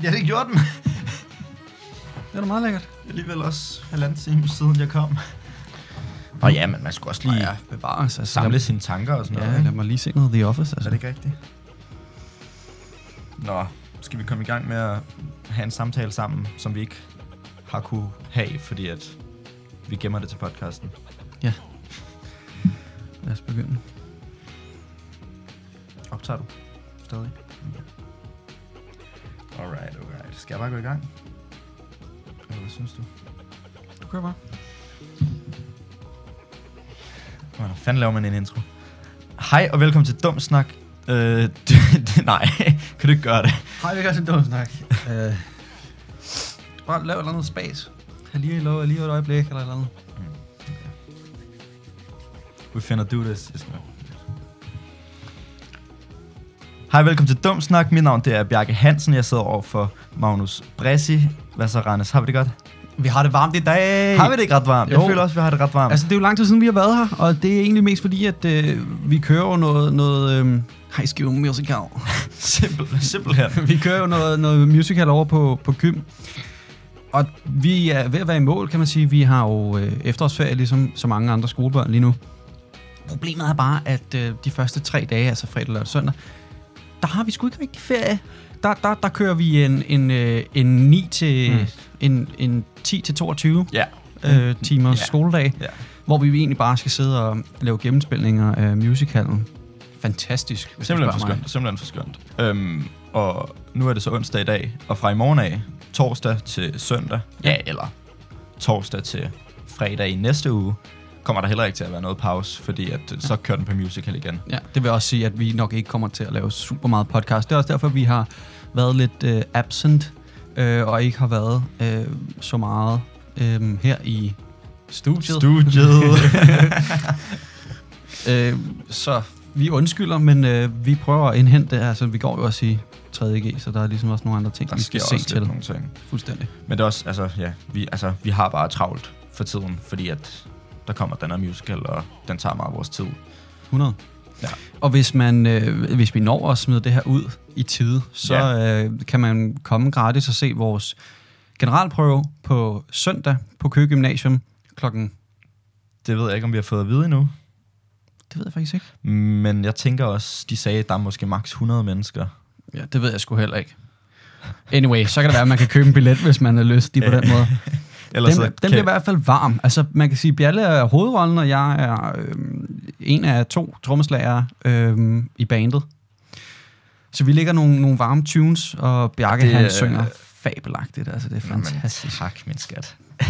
14. Det er da meget lækkert. Alligevel også halvanden time siden jeg kom. Nå ja, men man skulle også lige ja, bevares. Altså, samle sine tanker og sådan noget. Ja, lad mig lige se noget The Office. Er Altså. det ikke rigtigt? Nå, skal vi komme i gang med at have en samtale sammen, som vi ikke har kunne have, fordi at vi gemmer det til podcasten. Ja. Lad os begynde. Optager du stadig? Okay. Alright, alright. Skal jeg bare gå i gang? Eller hvad synes du? Du kører bare. Hvordan fanden laver man en intro? Hej og velkommen til Dum Snak. Øh, det, det, nej, kan du ikke gøre det? Hej, vi gør sådan en dum snak. Øh, bare lav et eller andet space. Har lige lov, lige et øjeblik eller et eller andet. We finna do this. Yes, no. Hej, velkommen til Dum Snak. Mit navn det er Bjarke Hansen. Jeg sidder over for Magnus Bressi. Hvad så, Rannes? Har vi det godt? Vi har det varmt i dag. Har vi det ikke ret varmt? Jo. Jo. Jeg føler også, vi har det ret varmt. Altså, Altså, det er jo lang tid siden, vi har været her, og det er egentlig mest fordi, at øh, vi kører jo noget, noget øh, high school musical. simpel, simpelthen. vi kører jo noget, noget musical over på, på Kym. Og vi er ved at være i mål, kan man sige. Vi har jo øh, efterårsferie, ligesom så mange andre skolebørn lige nu. Problemet er bare, at øh, de første tre dage, altså fredag, lørdag og søndag, der har vi sgu ikke rigtig ferie. Der, der, der kører vi en, en, øh, en 9 til, Mm. en, en 10 til 22 Ja. øh, timers Ja. skoledag ja. hvor vi egentlig bare skal sidde og lave gennemspilninger af musicalen. Fantastisk, hvis Simpelthen du for spørger mig. skønt. Simpelthen for skønt. Øhm, og nu er det så onsdag i dag, og fra i morgen af, torsdag til søndag, ja, eller torsdag til fredag i næste uge, kommer der heller ikke til at være noget pause, fordi at, så kører den på musical igen. Ja, det vil også sige, at vi nok ikke kommer til at lave super meget podcast. Det er også derfor, vi har været lidt øh, absent, øh, og ikke har været øh, så meget øh, her i studiet. Studiet. øh, så vi undskylder, men øh, vi prøver at indhente, altså vi går jo også i 3.G, så der er ligesom også nogle andre ting, der vi sker skal se også lidt til. nogle ting. Fuldstændig. Men det er også, altså, ja, vi, altså, vi har bare travlt for tiden, fordi at der kommer den her musical, og den tager meget af vores tid. 100. Ja. Og hvis, man, øh, hvis vi når at smide det her ud i tide, så ja. øh, kan man komme gratis og se vores generalprøve på søndag på Køge Gymnasium klokken... Det ved jeg ikke, om vi har fået at vide endnu, Det ved jeg faktisk ikke. men jeg tænker også, de sagde, at der er måske maks 100 mennesker. Ja, det ved jeg sgu heller ikke. Anyway, så kan det være, at man kan købe en billet, hvis man er lystig på den måde. Ellers så den, den bliver i hvert fald varm. Altså, man kan sige, at Bjalle er hovedrollen, og jeg er øh, en af to trommeslagere øh, i bandet. Så vi lægger nogle, nogle varme tunes, og Bjarke Det det, er- han synger fabelagtigt. Altså, det er Jamen, fantastisk. tak, min skat.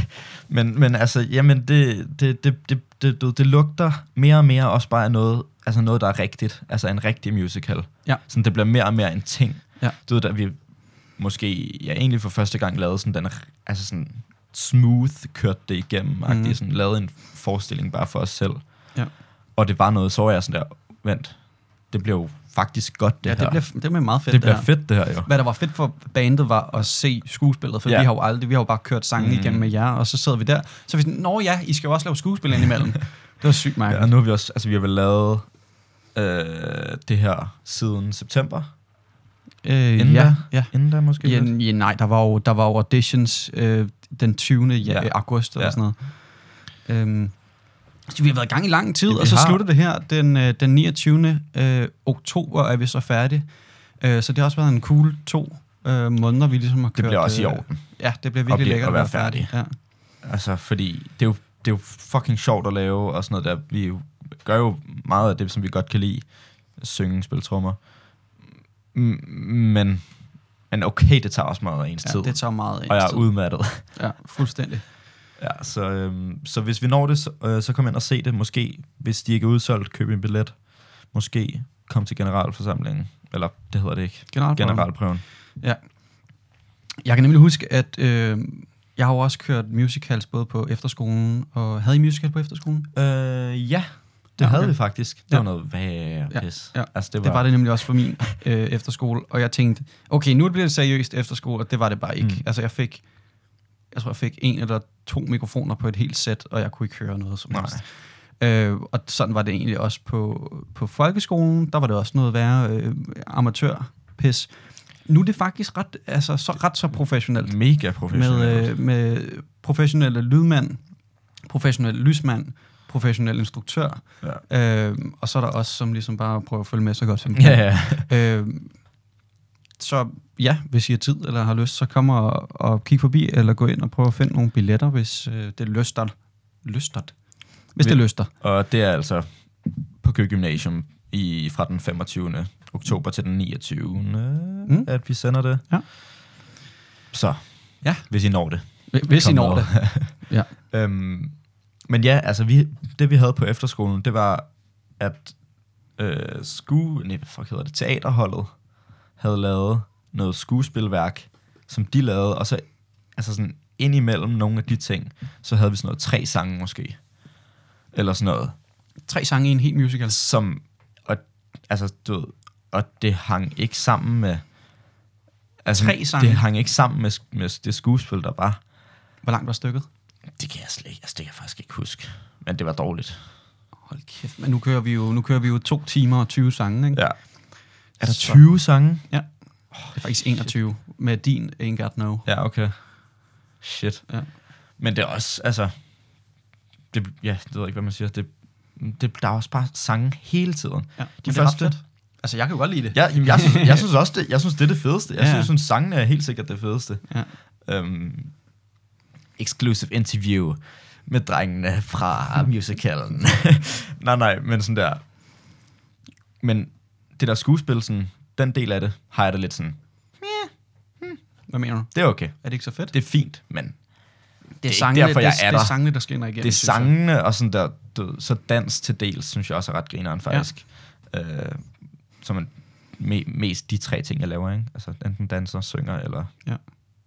men, men altså, jamen, det, det, det, det, det, det, det lugter mere og mere også bare af noget, altså noget, der er rigtigt. Altså en rigtig musical. Ja. Sådan, det bliver mere og mere en ting. Ja. Du ved, da vi måske, ja, egentlig for første gang lavede sådan den, r- altså sådan smooth kørt det igennem, mm. Mhm. sådan lavede en forestilling bare for os selv. Ja. Og det var noget, så var jeg sådan der, vent, det blev jo faktisk godt, det ja, her. det bliver, det bliver meget det fedt, det, bliver her. fedt, det her jo. Hvad der var fedt for bandet var at se skuespillet, for Ja. ja. vi har jo aldrig, vi har jo bare kørt sangen Mm. mm. igennem med jer, og så sidder vi der. Så er vi sådan, nå ja, I skal jo også lave skuespil indimellem. det var sygt Ja, og mærkeligt. nu har vi også, altså vi har vel lavet øh, det her siden september, Ja, øh, inden ja, da? ja. inden der måske. Ja, lidt. ja, nej, der var jo, der var jo auditions øh, den 20. Ja, Ja. august eller Ja. sådan noget. Øhm, så vi har været i gang i lang tid, Ja, ja, vi og så har. har. slutter det her den, øh, den 29. Øh, oktober, er vi så færdige. Øh, så det har også været en cool to øh, måneder, vi ligesom har kørt. Det bliver også i øh, orden. Ja, det bliver virkelig blive- lækkert at at være være færdig. Ja. Altså, fordi det er, jo, det er jo fucking sjovt at lave og sådan noget der. Vi jo- gør jo meget af det, som vi godt kan lide. Synge, spille trommer. M- Men, men okay, det tager også meget af ens Ja, tid. det tager meget ind. og jeg er udmattet. Ja, fuldstændig. Ja, så, øhm, så hvis vi når det, så, øh, så kom ind og se det. Måske, hvis de ikke er udsolgt, køb en billet. Måske kom til generalforsamlingen. Eller, det hedder det ikke. Generelt. Generalprøven. Jeg kan nemlig huske, at øh, jeg har jo også kørt musicals både på efterskolen, og havde I musical på efterskolen? Øh, ja, det Ja, havde okay. vi faktisk. Det Ja. var noget værre pis. ja. Altså, det var, Det var det nemlig også for min øh, efterskole, og jeg tænkte, okay, nu bliver det seriøst efterskole, og det var det bare ikke. Mm. Mm. Altså jeg fik, jeg tror jeg fik en eller to mikrofoner på et helt sæt, og jeg kunne ikke høre noget som Nej. helst. Øh, og sådan var det egentlig også på, på folkeskolen, der var det også noget værre øh, amatørpis. nu er det faktisk ret, altså, så, ret så professionelt. Mega professionelt. Med, øh, med professionelle lydmand, professionel lysmand, professionel instruktør, øh, og så er der også som ligesom bare prøver at følge med så godt som ja, ja. Øh, så ja, hvis I har tid eller har lyst, så kom og, og kig forbi, eller gå ind og prøv at finde nogle billetter, hvis øh, det lyster. Lyster? Hvis det Vi- lyster. Og det er altså på Køge Gymnasium i, fra den 25. oktober til den 29. Mm. at vi sender det. Ja. Så, Ja. hvis I når det. Hvis I Kom når over. det. Ja. Øhm, men ja, altså vi, det vi havde på efterskolen, det var, at øh, sku, nej, hvad fuck hedder det, teaterholdet havde lavet noget skuespilværk, som de lavede, og så altså sådan ind imellem nogle af de ting, så havde vi sådan noget tre sange måske, eller sådan noget, Tre sange i en helt musical. som, og, altså, du ved, og det hang ikke sammen med, altså, Tre sange? det hang ikke sammen med, med det skuespil, der var. Hvor langt var stykket? Det kan jeg slet ikke, altså, det kan jeg faktisk ikke huske, men det var dårligt. Hold kæft, men nu kører vi jo, nu kører vi jo to timer og 20 sange, ikke? Ja. Er der Så- 20 sange? Ja. Det er faktisk 21 med din Ain't Got No. Ja, okay. Shit. Ja. Men det er også, altså... Det, ja, det ved jeg ikke, hvad man siger. Det, det, der er også bare sange hele tiden. Ja, De men det er ret første... fedt. Altså, jeg kan jo godt lide det. Ja, jamen, jeg, synes, jeg synes også, det, jeg synes, det er det fedeste. Jeg Ja, ja. ja. synes, synes, sangene er helt sikkert det fedeste. Ja. Um, exclusive interview med drengene fra musicalen. nej, nej, men sådan der. Men det der skuespil, sådan, den del af det, har jeg det lidt sådan, Hvad mener du? det er okay. Er det ikke så fedt? Det er fint, men det ikke derfor, jeg det, er det er der. sangene, der skinner igennem. det er synes jeg. sangene og sådan der, du, ved, så dans til dels, synes jeg også er ret grineren faktisk. Ja. Øh, så man me, mest de tre ting, jeg laver, ikke? Altså enten danser, synger eller Ja.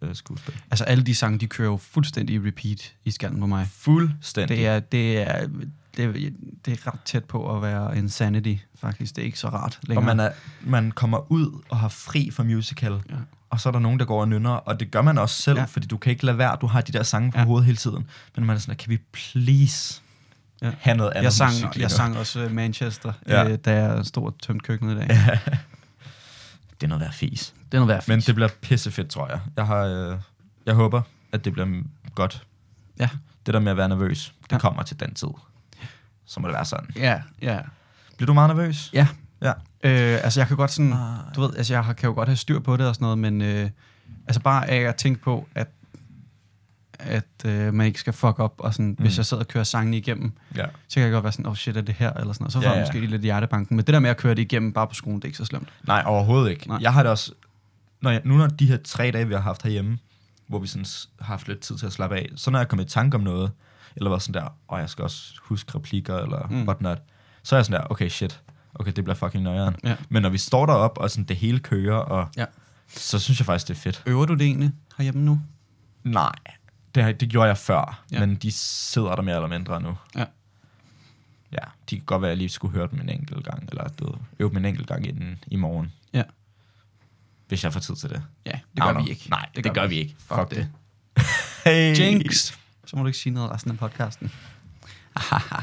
øh, skuespil. Altså alle de sange, de kører jo fuldstændig i repeat i skallen på mig. Fuldstændig. Det er, det er, det, er, det er ret tæt på at være insanity, faktisk. Det er ikke så rart og længere. man, er, man kommer ud og har fri for musical, Ja. ja. og så er der nogen, der går og nynner, og det gør man også selv, Ja. ja. fordi du kan ikke lade være, du har de der sange på Ja. ja. hovedet hele tiden. Men man er sådan, kan vi please Ja. ja. have noget andet jeg, sang, musik lige jeg nu?" sang også øh, Manchester, ja. Ja. øh, da jeg stod og tømte køkkenet i dag. Det er noget værd fis. Det er noget værd. Men det bliver pissefedt, tror jeg. Jeg, har, øh, jeg håber, at det bliver m- godt. Ja. Det der med at være nervøs, det Ja. ja. kommer til den tid. Så må det være sådan. Ja, ja. Bliver du meget nervøs? Ja. Ja. Øh, altså, jeg kan godt sådan... Ah. Du ved, altså, jeg har- kan jo godt have styr på det og sådan noget, men øh, altså bare af at tænke på, at at øh, man ikke skal fuck op, og sådan, mm. hvis jeg sidder og kører sangene igennem, Ja. så kan jeg godt være sådan, oh shit, er det her, eller sådan noget. Så får Ja, jeg ja. måske lige lidt i hjertebanken. Men det der med at køre det igennem bare på skolen, det er ikke så slemt. Nej, overhovedet ikke. Nej. Nej. Jeg har det også... Når jeg, nu når de her tre dage, vi har haft herhjemme, hvor vi sådan s- har haft lidt tid til at slappe af, så når jeg kommer i tanke om noget, eller var sådan der, og jeg skal også huske replikker, eller Mm. mm. whatnot, så er jeg sådan der, okay shit, okay, det bliver fucking nøjeren. Ja. Men når vi står derop og sådan det hele kører, og Ja. så synes jeg faktisk, det er fedt. Øver du det egentlig herhjemme nu? Nej, det, har- det gjorde jeg før, Ja. ja. men de sidder der mere eller mindre nu. Ja. Ja, de kan godt være, at jeg lige skulle høre dem en enkelt gang, eller du ved, øve dem en enkelt gang inden i morgen. Ja. Hvis jeg får tid til det. Ja, I det gør don't know. vi ikke. Nej, det, det gør, vi ikke. Fuck, Fuck det. Hey. Jinx! Så må du ikke sige noget resten af podcasten. Ahaha.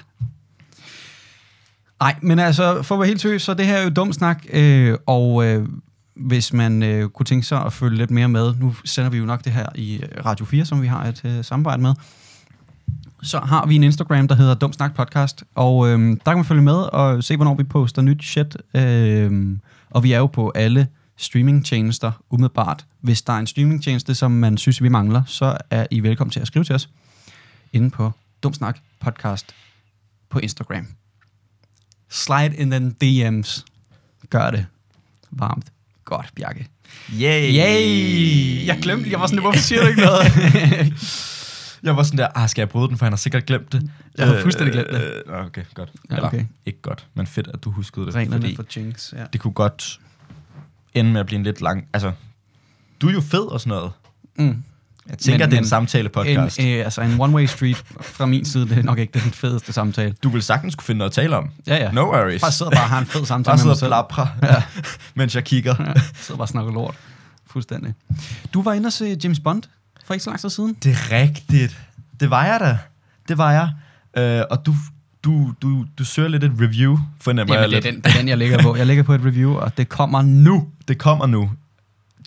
Nej, men altså, for at være helt seriøs, så er det her er jo dum snak, øh, og øh, hvis man øh, kunne tænke sig at følge lidt mere med, nu sender vi jo nok det her i øh, Radio 4, som vi har et øh, samarbejde med, så har vi en Instagram, der hedder Dum Snak Podcast, og øh, der kan man følge med og se, hvornår vi poster nyt shit, øh, og vi er jo på alle streamingtjenester umiddelbart. Hvis der er en streamingtjeneste, som man synes, vi mangler, så er I velkommen til at skrive til os inde på Dumsnak Podcast på Instagram. Slide in den DM's. Gør det. Varmt. Godt, Bjarke. Yay. Yay! Jeg glemte, jeg var sådan, hvorfor siger du ikke noget? Jeg var sådan der, ah, skal jeg bryde den, for han har sikkert glemt det. Jeg har fuldstændig glemt det. Øh, øh, okay, godt. Ja, Eller, okay. ikke godt, men fedt, at du huskede det. Reglerne fordi- for jinx, ja. det kunne godt ende med at blive en lidt lang... Altså, du er jo fed og sådan noget. Mm. Jeg tænker, Men- men, det er men- en samtale-podcast. En, øh, altså en one-way street fra min side, det er nok ikke den fedeste samtale. du vil sagtens kunne finde noget at tale om. Ja, ja. No worries. Bare sidder bare og har en fed samtale Bare med mig sidder og selv. plapre, Ja. ja. mens jeg kigger. Ja, sidder bare og snakker lort. Fuldstændig. Du var inde og se James Bond for ikke så lang tid siden. Det er rigtigt. Det var jeg da. Det var jeg. Øh, og du, du, du, du søger lidt et review, fornemmer jeg lidt. den, den, jeg ligger på. Jeg ligger på et review, og det kommer nu. Det kommer nu.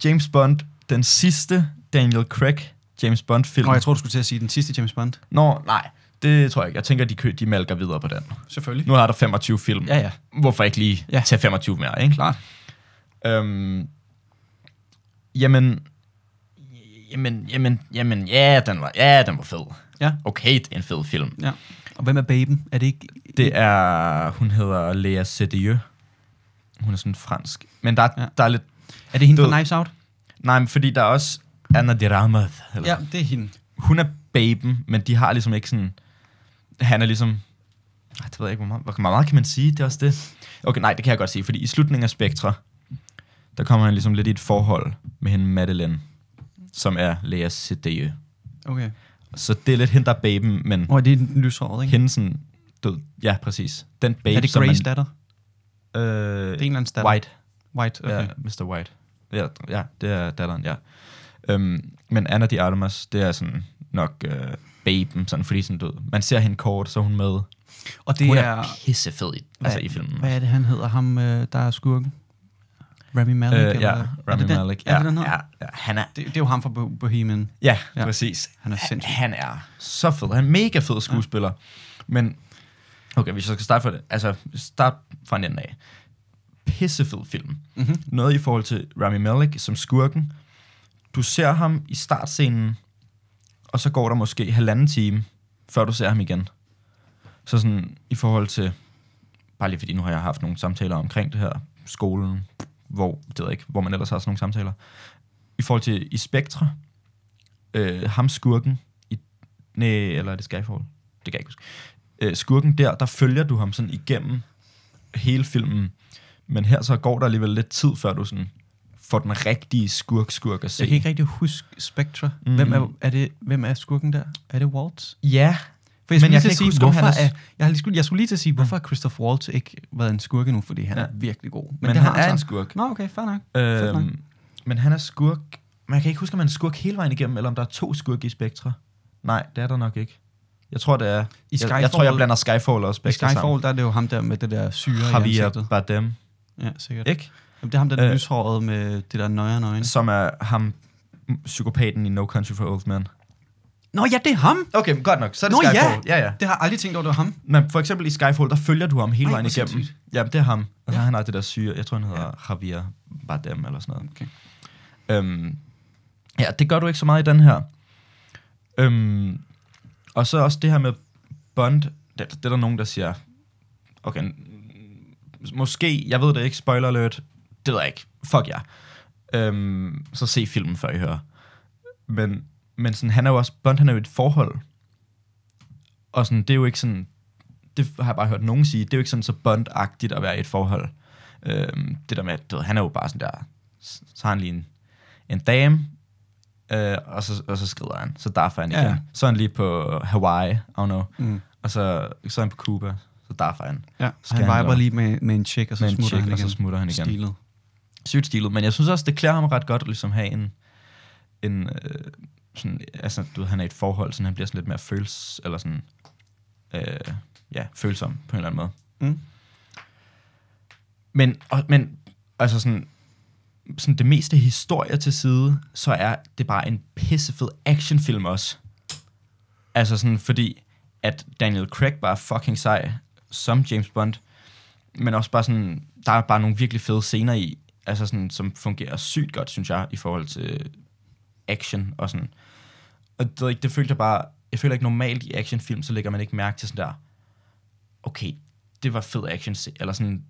James Bond, den sidste Daniel Craig James Bond-film. Nå, jeg tror, du skulle til at sige den sidste James Bond. Nå, nej, det tror jeg ikke. Jeg tænker, de, kø- de malker videre på den. Selvfølgelig. Nu er der 25 film. Ja, ja. Hvorfor ikke lige Ja. ja. tage 25 mere, ikke? Klart. Øhm, jamen, jamen, jamen, jamen, ja, den var, ja, den var fed. Ja. Okay, det er en fed film. Ja. Og hvem er baben? Er det ikke... Det er, hun hedder Lea Sedieu. Hun er sådan fransk. Men der, Ja. ja. der er lidt, Er det hende Du fra ved- Knives Out? nej, men fordi der er også Anna de Ramaz. Eller, Ja, det er hende. Hun er baben, men de har ligesom ikke sådan, han er ligesom, Ej, det ved jeg ikke, hvor meget, hvor meget kan man sige, det er også det. Okay, nej, det kan jeg godt sige, fordi i slutningen af Spektra, der kommer han ligesom lidt i et forhold med hende Madeleine, som er Lea Sedieu. Okay. Så det er lidt hende, der er baben, men Og det er den lyshårede, ikke? hende sådan, død. Ja, præcis. Den babe, Er det som Grace man, datter? øh, Det er en eller anden datter. White. White, Okay. okay. Ja, Mr. White. Ja, ja, det er datteren, ja. Øhm, men Anna de Armas, det er sådan nok øh, baben, sådan, fordi sådan, du, ved, man ser hende kort, så er hun med. Og det hun er... er pissefed i, altså, i filmen. Hvad er det, han hedder? Ham, øh, der er skurken? Rami Malek? Øh, eller- ja, er Rami det den? Malek. Er det den her? ja, ja, han er, Det, det er jo ham fra Bo- Bohemian. ja, Ja. ja, præcis. Han er sindssyg. Han er så fed. Han er mega fed skuespiller. Ja. Men, okay, hvis jeg skal starte fra det. Altså, start fra en ende af. Pissefed film. Mm-hmm. Noget i forhold til Rami Malek som skurken. Du ser ham i startscenen, og så går der måske halvanden time, før du ser ham igen. Så sådan i forhold til, bare lige fordi nu har jeg haft nogle samtaler omkring det her, skolen, hvor, det ved jeg ikke, hvor man ellers har sådan nogle samtaler. I forhold til i Spektra, øh, ham skurken, i, næ, eller er det Skyfall? Det kan jeg ikke huske. Øh, skurken der, der følger du ham sådan igennem hele filmen, men her så går der alligevel lidt tid, før du sådan får den rigtige skurk-skurk at se. Mm-hmm. Jeg kan ikke rigtig huske Spectre. Mm. Hvem, er, er det, hvem er skurken der? Er det Waltz? Ja, For Men jeg skulle jeg lige til kan at ikke sige, huske, om hvorfor han er er, s- jeg, har lige skulle, jeg skulle lige til at sige, hvorfor har Christoph Waltz ikke været en skurke nu, fordi han ja. Ja. er virkelig god. Men, men, det han har er en så. skurk. Nå, okay, fair nok. Fedt nok. Øhm, men han er skurk. Man kan ikke huske, om han er skurk hele vejen igennem, eller om der er to skurke i Spektra. Nej, det er der nok ikke. Jeg tror, det er... I jeg, jeg tror, jeg Skyfall- blander Skyfall og I Spektra sammen. Skyfall, der er det jo ham der med det der syre i Javier ansigtet. Bardem, Ja, sikkert. ikke? Jamen, det er ham der, der øh, Øh. lyshårede med det der nøje nøgen. Som er ham, m- psykopaten i No Country for Old Men. Nå ja, det er ham! Okay, men godt nok. Så er det Nå Skyfall. Ja, ja. ja. Det har jeg aldrig tænkt over, det var ham. Men for eksempel i Skyfall, der følger du ham hele Ej, vejen hvor igennem. sindssygt. Jamen, det er ham. Og så Ja. har han har det der syre. Jeg tror, han hedder Javier Bardem eller sådan noget. Okay. Øhm, ja, det gør du ikke så meget i den her. Øhm, og så også det her med Bond. Det, det er der nogen, der siger, okay, mm, måske, jeg ved det ikke, spoiler alert, det ved jeg ikke, fuck jer. Øhm, så se filmen, før I hører. Men, men sådan, han er jo også, Bond han er jo i et forhold. Og sådan, det er jo ikke sådan, det har jeg bare hørt nogen sige, det er jo ikke sådan så Bond-agtigt at være i et forhold. Øhm, det der med, at du ved, han er jo bare sådan der, så har han lige en, en dame, øh, og, så, og så skrider han. Så derfor er han Ja, igen. ja. Ja. Så er han lige på Hawaii, I don't know. Mm. Og så, så er han på Cuba, så derfor er han. Ja, så Skal han han viber dog. lige med, med en chick, og så Med en smutter chick, han og så igen. smutter han igen. Stilet. Sygt stilet, men jeg synes også, det klæder ham ret godt at ligesom have en... en øh, sådan, altså, du ved, han er i et forhold, så han bliver sådan lidt mere føls, eller sådan, øh, ja, følsom på en eller anden måde. Mm. Men, og, men altså sådan, sådan det meste historie til side, så er det bare en pissefed actionfilm også. Altså sådan, fordi at Daniel Craig bare er fucking sej, som James Bond, men også bare sådan, der er bare nogle virkelig fede scener i, altså sådan, som fungerer sygt godt, synes jeg, i forhold til action og sådan. Og det, ved jeg ikke, det følte jeg bare, jeg føler ikke normalt i actionfilm, så lægger man ikke mærke til sådan der, okay, det var fed action, eller sådan,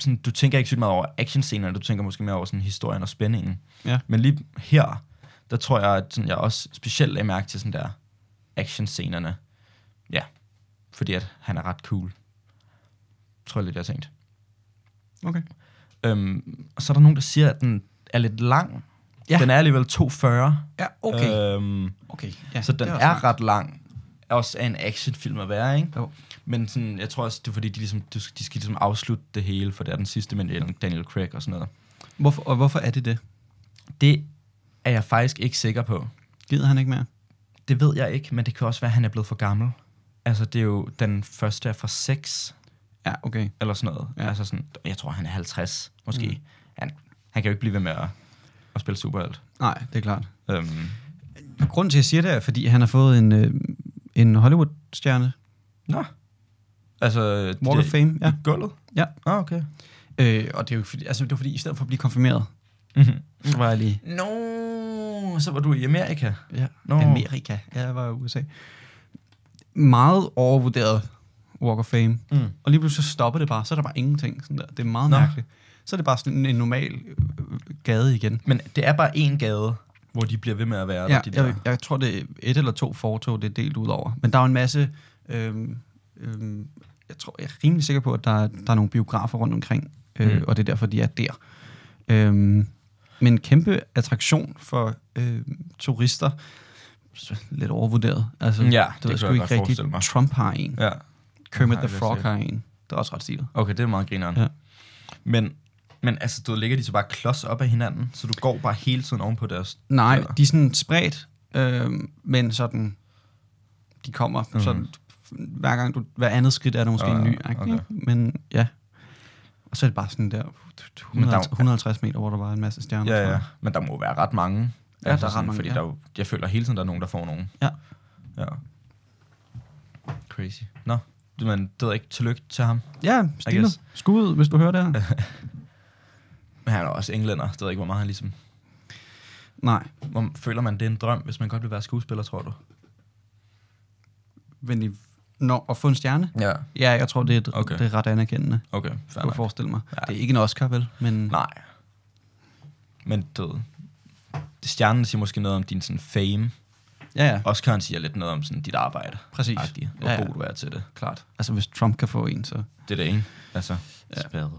sådan, du tænker ikke sygt meget over actionscenerne, du tænker måske mere over sådan historien og spændingen. Ja. Men lige her, der tror jeg, at sådan, jeg også specielt lagde mærke til sådan der actionscenerne. Ja, fordi at han er ret cool. Tror jeg lidt, jeg har tænkt. Okay. Øhm, og så er der nogen, der siger, at den er lidt lang. Ja. Den er alligevel 240. Ja, okay. Øh, Øhm, okay. Ja, så den det er, også er nok. ret lang. Er Også en actionfilm at være, ikke? Jo. Men sådan, jeg tror også, det er fordi, de, ligesom, de skal de skal ligesom afslutte det hele, for det er den sidste med Daniel Craig og sådan noget. Hvorfor, og hvorfor er det det? Det er jeg faktisk ikke sikker på. Gider han ikke mere? Det ved jeg ikke, men det kan også være, at han er blevet for gammel. Altså, det er jo den første er fra 6, Ja, okay. eller sådan noget. Ja. Ja. Altså sådan, jeg tror, han er 50, måske. Mm. Han, han kan jo ikke blive ved med at, at spille Superhelt. Nej, det er klart. Øhm, Grunden til, at jeg siger det, er, fordi han har fået en, øh, en Hollywood-stjerne. nå. Altså, Walk of det- Fame, ja. i gulvet? Ja. Ah, okay. Øh, og det er jo fordi, altså, det var fordi, i stedet for at blive konfirmeret, Mm-hmm. så var jeg lige... Nå, så var du i Amerika. Ja, Nå. Amerika. Ja, jeg var i USA. Meget overvurderet Walk of Fame. Mm. Og lige pludselig så stopper det bare. Så er der bare ingenting. Sådan der. Det er meget Nå. Nå. mærkeligt. Så er det bare sådan en normal øh, øh, gade igen. Men det er bare én gade, hvor de bliver ved med at være Ja, der, de der. jeg, jeg tror, det er et eller to fortog, det er delt ud over. Men der er jo en masse... Øhm, øhm, jeg, tror, jeg er rimelig sikker på, at der, er- der er nogle biografer rundt omkring, øh, Mm. mm. og det er derfor, de er der. Øhm, men en kæmpe attraktion for øh, turister. Så Lidt overvurderet. Altså, Ja, det det ved kan jeg sgu jeg ikke godt rigtigt. forestille mig. Trump har en. Ja, Kermit har the jeg Frog lyst til. har en. Det er også ret stilet. okay, det er meget grineren. Ja. Men, men altså, du ved, ligger de så bare klods op af hinanden, så du går bare hele tiden ovenpå deres... Nej, Eller? de er sådan spredt, øh, men sådan, de kommer mm. sådan, hver gang du, hver andet skridt er der måske Mhm. Ja, en ny, okay. okay. men ja. Og så er det bare sådan der, 150, 150 meter, hvor der var en masse stjerner. tror Ja, jeg. ja, men der må være ret mange. Altså, Ja, der er ret sådan, mange, Fordi ja. der, er jo- jeg føler hele tiden, der er nogen, der får nogen. Ja. Ja. Crazy. Nå, det- men det ved jeg ikke. Tillykke til ham. Ja, stille. guess. Skud, hvis du hører det her. Men han er også englænder. Det ved jeg ikke, hvor meget han ligesom... Nej, Hvor, føler man, det er en drøm, hvis man godt vil være skuespiller, tror du? men i, når, at få en stjerne? Ja. Ja, jeg tror, det er, Okay. okay. det er ret anerkendende, Okay, fair kan jeg nok. forestille mig. Ja. Ja. Det er ikke en Oscar, vel? Men Nej. Men du ved, stjernen siger måske noget om din sådan fame. ja, ja, Oscar'en siger lidt noget om sådan dit arbejde. præcis. Agtig, hvor Ja, ja. god du er til det. Klart. Altså, hvis Trump kan få en, så... Det er det ene. Altså, ja. spadet.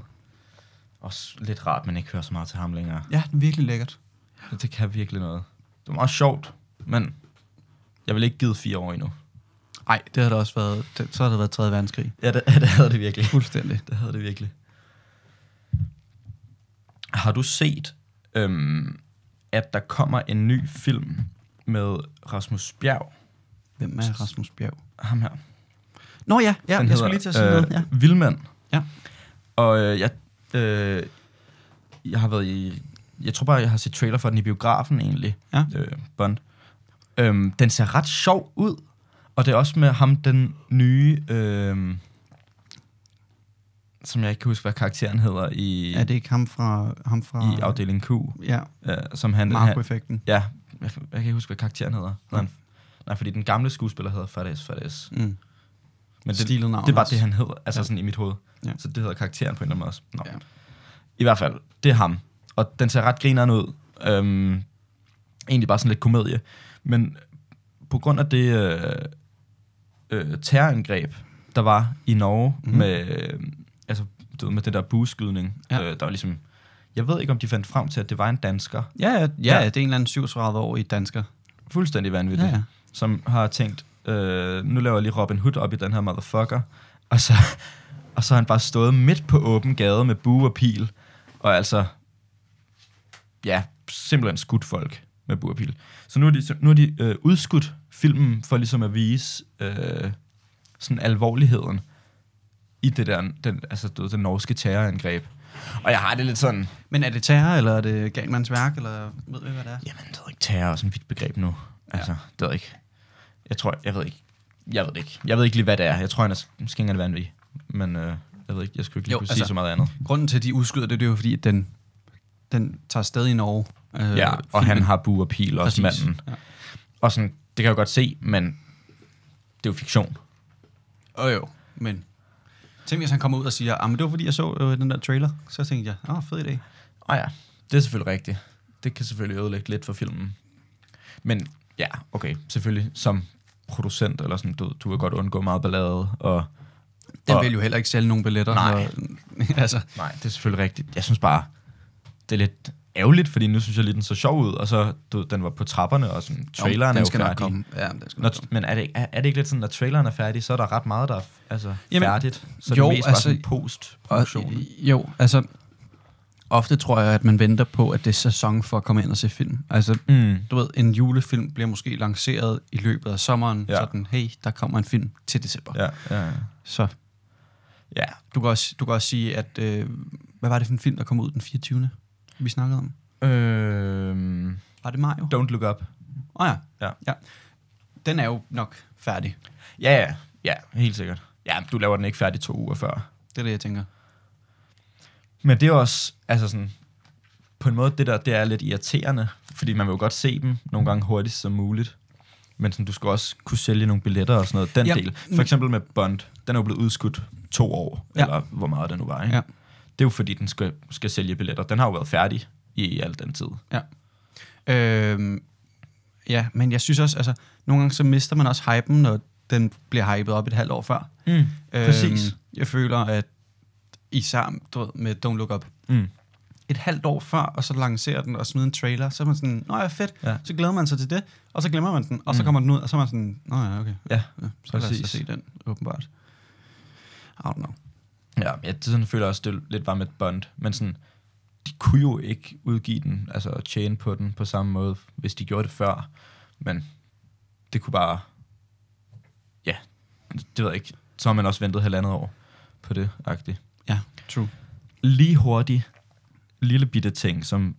Også lidt rart, man ikke hører så meget til ham længere. Ja, det er virkelig lækkert. Det kan virkelig noget. Det var meget sjovt, men jeg vil ikke give fire år endnu. Nej, det har det også været, det, så har det været 3. verdenskrig. Ja, det, det havde det virkelig. Fuldstændig. Det havde det virkelig. Har du set, øhm, at der kommer en ny film med Rasmus Bjerg? Hvem er Rasmus Bjerg? Ham her. Nå ja, ja Den jeg skulle lige til at sige øh, noget. Ja. Øh, Vildmand. Ja. Og øh, jeg, øh, jeg har været i... Jeg tror bare, jeg har set trailer for den i biografen egentlig. Ja. Øh, Bond. Øhm, den ser ret sjov ud. Og det er også med ham, den nye... Øh, som jeg ikke kan huske, hvad karakteren hedder i, Er det ikke ham fra... Ham fra i afdeling Q. ja, Øh, som han, han, Marco-effekten. ja, jeg, jeg kan ikke huske, hvad karakteren hedder. Mm. Han, nej, fordi den gamle skuespiller hedder Fades Fades. Mm. Men det, Stilet navn det er bare også. det, han hedder, altså ja. Ja. sådan i mit hoved. Ja. Ja. Så det hedder karakteren på en eller anden måde også. Nå. Ja. Ja. I hvert fald, det er ham. Og den ser ret grineren ud. Øhm, egentlig bare sådan lidt komedie. Men på grund af det øh, øh, terrorangreb, der var i Norge mm-hmm. Mhm. med, øh, altså, du ved, med den der bueskydning, ja. Ja. øh, der var ligesom... Jeg ved ikke, om de fandt frem til, at det var en dansker. Ja, ja, Ja. ja, det er en eller anden 37-årig dansker. Fuldstændig vanvittigt. Ja, ja. som har tænkt, øh, nu laver jeg lige Robin Hood op i den her motherfucker. Og så, og så har han bare stået midt på åben gade med bue og pil. Og altså, ja, simpelthen skudt folk med bue og pil. Så nu har de, nu er de øh, udskudt filmen for ligesom at vise øh, sådan alvorligheden i det der, den, altså, du ved, den norske terrorangreb. Og jeg har det lidt sådan, Men er det terror, eller er det Galmans værk, eller ved vi, hvad det er? Jamen, det ved ikke, terror er sådan et vidt begreb nu. Altså, ja. det ved jeg ikke. Jeg tror, jeg ved ikke. Jeg ved det ikke. Jeg ved ikke lige, hvad det er. Jeg tror, han er s- måske ikke engang vanvittig. Men øh, jeg ved ikke, jeg skulle ikke lige Jo, kunne sige altså- så meget andet. Grunden til, at de udskyder det, det er jo fordi, at den, den tager sted i Norge. Øh, Ja, og han har bue og pil, også Præcis. manden. Og sådan, det kan jeg jo godt se, men det er jo fiktion. Og jo, men... Tænk, hvis han kommer ud og siger, ah, men det var fordi, jeg så øh, den der trailer. Så tænkte jeg, ah, fed idé. Og ja, det er selvfølgelig rigtigt. Det kan selvfølgelig ødelægge lidt for filmen. Men ja, okay, selvfølgelig som producent, eller sådan, du, du vil godt undgå meget ballade, og Den Og- vil jo heller ikke sælge nogen billetter. Nej. så- altså, Nej, det er selvfølgelig rigtigt. Jeg synes bare, det er lidt ærgerligt, fordi nu synes jeg lige, den så sjov ud, og så, du, ved, den var på trapperne, og sådan, traileren den er jo skal nok færdig. komme. Ja, den skal Når, nok komme. men er det, ikke- er, er det ikke lidt sådan, at traileren er færdig, så er der ret meget, der er f- altså, Jamen, Jamen, færdigt? Så jo, jo, det er mest altså- bare sådan post Og, jo, altså, ofte tror jeg, at man venter på, at det er sæson for at komme ind og se film. Altså, mm. du ved, en julefilm bliver måske lanceret i løbet af sommeren, Ja. ja. sådan, hey, der kommer en film til december. Ja. Ja, ja, ja. Så ja. du kan, også, du kan også sige, at, øh, hvad var det for en film, der kom ud den 24. vi snakkede om? Øh, Var det Mario? don't look up. Åh oh, ja. Ja. ja. Den er jo nok færdig. Ja, ja, ja, helt sikkert. Ja, du laver den ikke færdig to uger før. Det er det, jeg tænker. Men det er også, altså sådan, på en måde, det der, det er lidt irriterende, fordi man vil jo godt se dem nogle gange hurtigst som muligt. Men sådan, du skal også kunne sælge nogle billetter og sådan noget, den Ja. del. For eksempel med Bond, den er jo blevet udskudt to år, Ja. Mm. ja. eller hvor meget det nu var. Ikke? Ja. Det er jo fordi, den skal, skal sælge billetter. Den har jo været færdig i al den tid. Ja. Øhm, ja, men jeg synes også, altså, nogle gange så mister man også hypen, når den bliver hypet op et halvt år før. Mm, præcis. Øhm, jeg føler, at især du ved, med Don't Look Up, Mm. et halvt år før, og så lancerer den og smider en trailer, så er man sådan, nå ja, fedt, ja. Ja. så glæder man sig til det, og så glemmer man den, og så Mm. kommer den ud, og så er man sådan, nå ja, okay, Ja, ja, så lad os så præcis. se den, åbenbart. I don't know. Ja, jeg sådan føler jeg også, det lidt var med Bond, men sådan, de kunne jo ikke udgive den, altså at tjene på den på samme måde, hvis de gjorde det før, men det kunne bare, ja, det ved jeg ikke, så har man også ventet halvandet år på det, agtigt. Ja, true. Lige hurtigt, lille bitte ting, som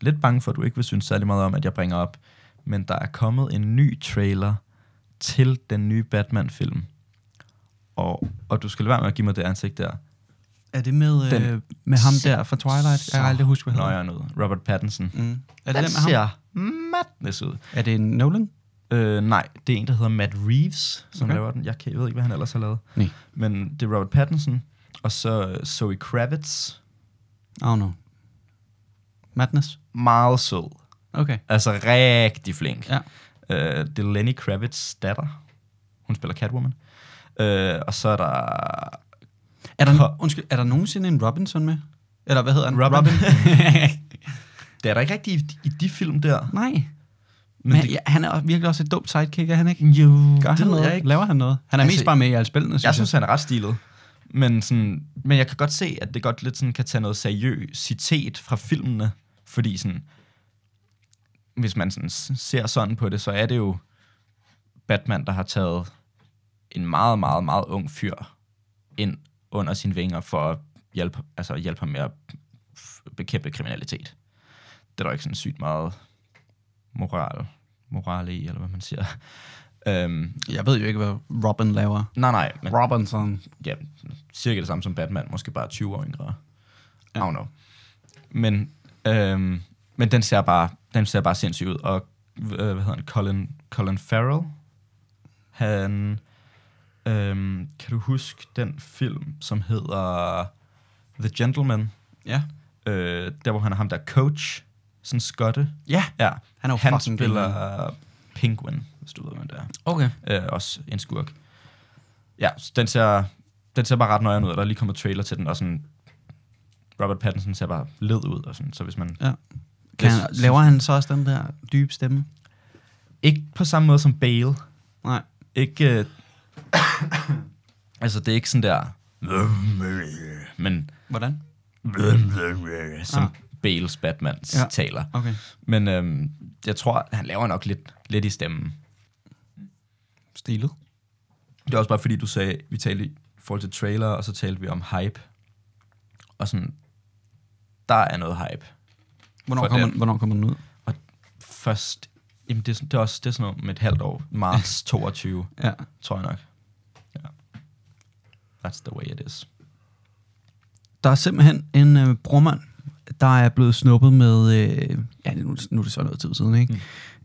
lidt bange for, at du ikke vil synes særlig meget om, at jeg bringer op, men der er kommet en ny trailer til den nye Batman-film, og, og du skal lade være med at give mig det ansigt der. Er det med, Den øh, med ham der fra Twilight? Jeg kan aldrig huske, hvad han Nå, hedder. jeg er noget. Robert Pattinson. Mm. Er den det den med ham? ser madness ud. Er det en Nolan? Øh, nej, det er en, der hedder Matt Reeves, som Okay. okay. laver den. Jeg, kan, jeg ved ikke, hvad han ellers har lavet. Nej. Men det er Robert Pattinson, og så Zoe Kravitz. I don't know. Oh, Madness? Meget sød. Okay. Altså rigtig flink. Ja. Øh, det er Lenny Kravitz' datter. Hun spiller Catwoman. Øh, og så er der... Er der, Ko- undskyld, er der nogensinde en Robinson med? Eller hvad hedder han? Robin. Robin. Det er der ikke rigtig i, i de film der. Nej. Men, Men Men det- ja, han er også- virkelig også et dumt sidekick, er han ikke? Jo, Gør det han ved noget? jeg ikke. Laver han noget? Han er altså, Altså, mest bare med i alle spillene, synes jeg. Jeg synes, han er ret stilet. Men, sådan, men jeg kan godt se, at det godt lidt sådan kan tage noget seriøsitet fra filmene, fordi sådan, hvis man sådan s- ser sådan på det, så er det jo Batman, der har taget en meget, meget, meget ung fyr ind under sine vinger for at hjælpe, altså hjælpe ham med at f- bekæmpe kriminalitet. Det er der jo ikke sådan sygt meget moral, moral i, eller hvad man siger. Øhm, Jeg ved jo ikke, hvad Robin laver. nej, nej, men Robinson. ja, cirka det samme som Batman, måske bare 20 år yngre. Ja. Ja. I don't know. Men, øhm, men den, ser bare, den ser bare sindssyg ud. Og øh, hvad hedder han? Colin, Colin Farrell? Han... Øhm, kan du huske den film, som hedder The Gentleman? Ja. Øh, der, hvor han er ham, der er coach. Sådan skotte. Ja. Ja. Han er jo han fucking spiller Penguin, hvis du ved, hvem det er Okay. øh, også en skurk. Ja, så den ser, den ser bare ret nøjeren ud, og der er lige kommet trailer til den, og sådan, Robert Pattinson ser bare led ud, og sådan, så hvis man... Ja. Kan han, Hvis- laver han så også den der dybe stemme? Ikke på samme måde som Bale, Nej. ikke... Øh, altså, det er ikke sådan der... Men... Hvordan? Som Ah. ah. Bales Batman Ja. ja. taler. Okay. Men øhm, jeg tror, han laver nok lidt, lidt i stemmen. Stilet. Det er også bare fordi, du sagde, vi talte i forhold til trailer, og så talte vi om hype. Og sådan, der er noget hype. Hvornår For kommer, den. den, hvornår kommer den ud? Og først, jamen det er, sådan- det er også det er sådan noget med et halvt år. Marts 22, Ja. tror jeg nok. Ja. That's the way it is. Der er simpelthen en øh, brormand, der er blevet snuppet med, øh, ja nu, nu er det så noget tid siden, ikke? Mm.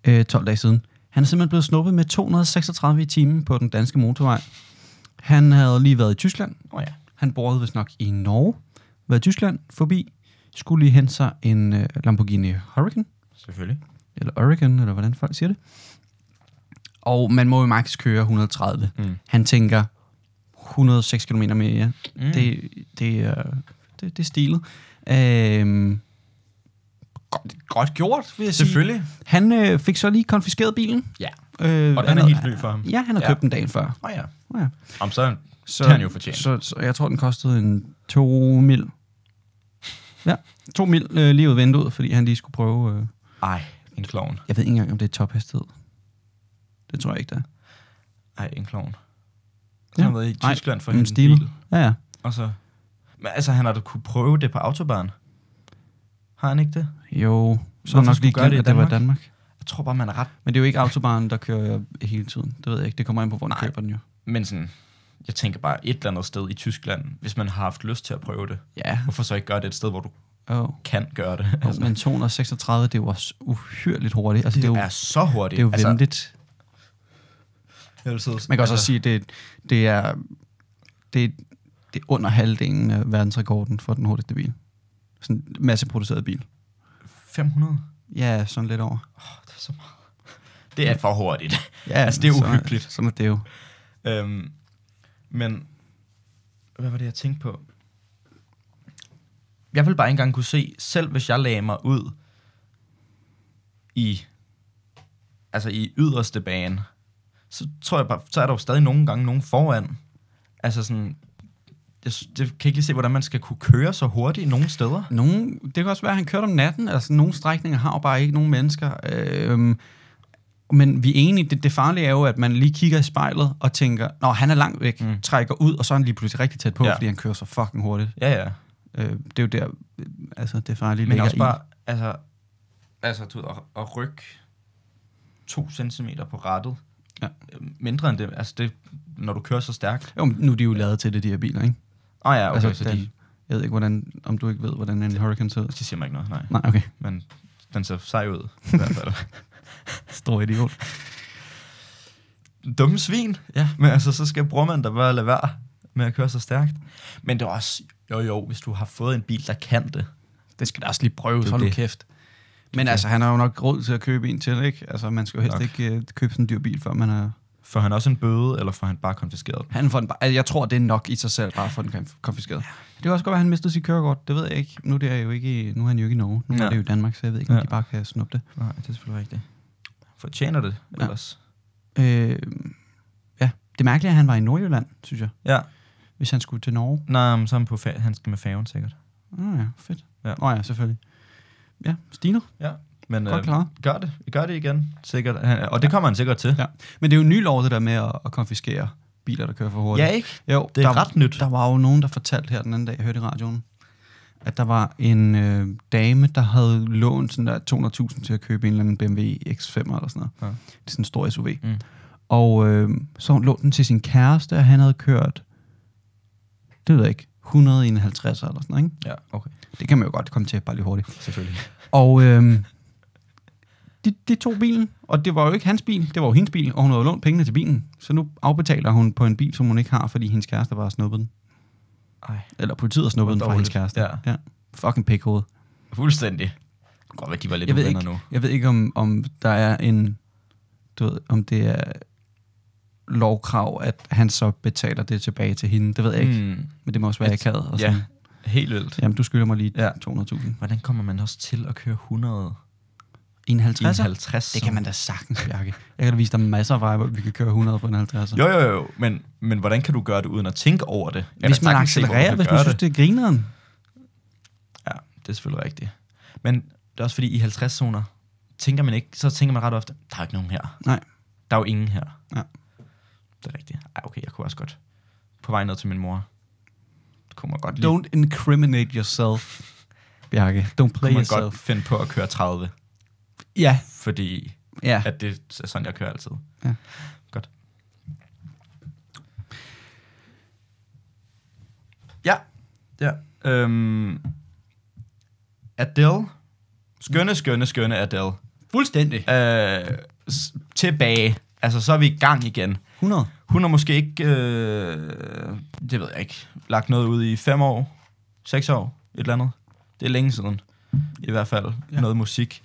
Øh, 12 dage siden. Han er simpelthen blevet snuppet med 236 i timen på den danske motorvej. Han havde lige været i Tyskland. Åh oh, ja. Han boede vist nok i Norge. Været i Tyskland forbi. Skulle lige hente sig en øh, Lamborghini Hurricane. Selvfølgelig. Eller Hurricane, eller hvordan folk siger det. Og man må jo maks køre 130. Mm. Han tænker, 106 km mere. Mm. Det, det, er, det, det er stilet. Øhm, godt, godt gjort, vil jeg Selvfølgelig. sige. Han øh, fik så lige konfiskeret bilen. Ja. Øh, Og den han er havde- helt ny for ham. Ja, han har Ja. købt den dagen før. Åh oh, ja. Ja. Jamen, så, så det har han jo fortjent. Så, så jeg tror, den kostede en 2 mil. Ja, 2 mil øh, lige ud vinduet, fordi han lige skulle prøve... Øh, Ej, en klovn. jeg ved ikke engang, om det er tophastighed. Det tror jeg ikke, det er. Ej, en klovn. Så har han været i Nej, Tyskland for men en stilet. bil. Ja, ja. Og så... Men altså, han har da kunne prøve det på autobahn. Har han ikke det? Jo, så Hvorfor har jeg nok skulle lige gøre glemt, det i at det var i Danmark. Jeg tror bare, man er ret... Men det er jo ikke autobahn, der kører hele tiden. Det ved jeg ikke. Det kommer ind på, hvor man Nej. køber den jo. Men sådan, jeg tænker bare et eller andet sted i Tyskland, hvis man har haft lyst til at prøve det. Ja, Hvorfor så ikke gøre det et sted, hvor du oh. kan gøre det? Altså. Men 236, det er jo også uhyrligt hurtigt. Altså, det, er jo, det er så hurtigt. det er jo altså, altså, venligt. jeg vil sidde- Man kan også altså, sige, at det, det, er, det, det er under halvdelen af verdensrekorden for den hurtigste bil. Sådan en masseproduceret bil. 500? Ja, sådan lidt over. Åh, det er så meget. Det er for hurtigt. Ja, Altså, det er så- uhyggeligt. Sådan er det jo. Øhm, men hvad var det, jeg tænkte på? Jeg vil bare ikke engang kunne se, selv hvis jeg lagde mig ud i, altså i yderste bane, så tror jeg bare, så er der jo stadig nogle gange nogen foran. Altså sådan, jeg, s- det kan jeg ikke lige se, hvordan man skal kunne køre så hurtigt nogen steder. Nogle, det kan også være, at han kørte om natten. Altså, nogle strækninger har jo bare ikke nogen mennesker. Øhm, men vi er enige, det, det farlige er jo, at man lige kigger i spejlet og tænker, nå, han er langt væk, mm. trækker ud, og så er han lige pludselig rigtig tæt på, ja. Ja. fordi han kører så fucking hurtigt. Ja, ja. Øh, det er jo der, øh, altså, det farlige Men ligger også i. bare, altså, altså du ved, at, at rykke to centimeter på rattet. Ja. Mindre end det, altså det, når du kører så stærkt. Jo, men nu er de jo lavet til det, de her biler, ikke? Åh oh, ja, okay, altså, altså, så den, de, Jeg ved ikke, hvordan, om du ikke ved, hvordan en Hurricane ser ud. de siger mig ikke noget, nej. Nej, okay. Men den ser sej ud, i hvert fald. Stor idiot. Dumme svin. Ja. Men altså, så skal brormand der bare lade være med at køre så stærkt. Men det er også, jo jo, hvis du har fået en bil, der kan det. Det skal da også lige prøves, jo hold nu det. kæft. Men altså, han har jo nok råd til at købe en til, ikke? Altså, man skal jo helst Nok. ikke øh, købe sådan en dyr bil, før man har... Får han også en bøde, eller får han bare konfiskeret den? Han får den bare, altså, jeg tror, det er nok i sig selv, bare for den konf- konfiskeret. Det kan også godt være, at han mistede sit kørekort. Det ved jeg ikke. Nu, det er jo ikke, i- nu er han jo ikke i Norge. Nu er Ja. det jo i Danmark, så jeg ved ikke, om Ja. de bare kan snuppe det. Nej, det er selvfølgelig rigtigt. Fortjener det Ja. ellers? Øh, ja, det mærkelige er, at han var i Nordjylland, synes jeg. Ja. Hvis han skulle til Norge. Nej, men så er han, på fa- han skal med færgen sikkert. Åh ja, fedt. Ja. Nå ja, selvfølgelig. Ja, Stiner. Men, øhm, Godt klaret. Gør det. Gør det igen. Sikkert. Han- Og det kommer han sikkert til. Ja. Men det er jo en ny lov, det der med at, at konfiskere biler, der kører for hurtigt. Ja, ikke? jo, Det er ret nyt. Der var jo nogen, der fortalte her den anden dag, jeg hørte i radioen, at der var en øh, dame, der havde lånt sådan der 200.000 til at købe en eller anden BMW X5 eller sådan noget. Ja. Ja. Det er sådan en stor SUV. Mm. Og øh, så hun lånte den til sin kæreste, og han havde kørt, det ved jeg ikke, 151 eller sådan noget, ikke? Ja, okay. Det kan man jo godt komme til, bare lige hurtigt. Selvfølgelig. Og øhm, de, de tog bilen, og det var jo ikke hans bil, det var jo hendes bil, og hun havde jo lånt pengene til bilen. Så nu afbetaler hun på en bil, som hun ikke har, fordi hendes kæreste bare har snuppet den. Ej. Eller politiet har snuppet den fra Dårligt. hendes kæreste. Ja, Ja. Fucking pikhoved. fuldstændig. Det kunne godt være, de var lidt Jeg ved uvenner nu. Jeg ved ikke, om, om der er en... Du ved, om det er lovkrav, at han så betaler det tilbage til hende. Det ved jeg ikke, mm. Mm, men det må også være Et- akavet. Og ja, sådan. helt vildt. Jamen, du skylder mig lige Ja. ja. 200.000. Hvordan kommer man også til at køre 100 En i en 50'er? 50? Det kan man da sagtens, Bjarke. Jeg kan da vise dig masser af veje, hvor vi kan køre 100 på en 50'er. Jo, jo, jo. Men, men hvordan kan du gøre det uden at tænke over det? Jeg kan Hvis man sagtens se, hvor accelererer, kan hvis man gøre synes, det er grineren. Ja, det er selvfølgelig rigtigt. Men det er også fordi, i 50-zoner, tænker man ikke, så tænker man ret ofte, der er ikke nogen her. Nej. Der er jo ingen her. Nej. Det er rigtigt. Ej, okay, jeg kunne også godt. På vej ned til min mor. Det kunne man godt lige Don't incriminate yourself, Bjarke. Don't play kunne man yourself. godt finde på at køre 30, Ja, fordi ja. at det er sådan, jeg kører altid. Ja. Godt. Ja. Ja. Øhm, Adele. Skønne, skønne, skønne Adele. Fuldstændig. Øh, s- tilbage. Altså, så er vi i gang igen. 100. Hun har måske ikke, øh, det ved jeg ikke, lagt noget ud i fem år, seks år, et eller andet. Det er længe siden, i hvert fald, ja. Ja. noget musik.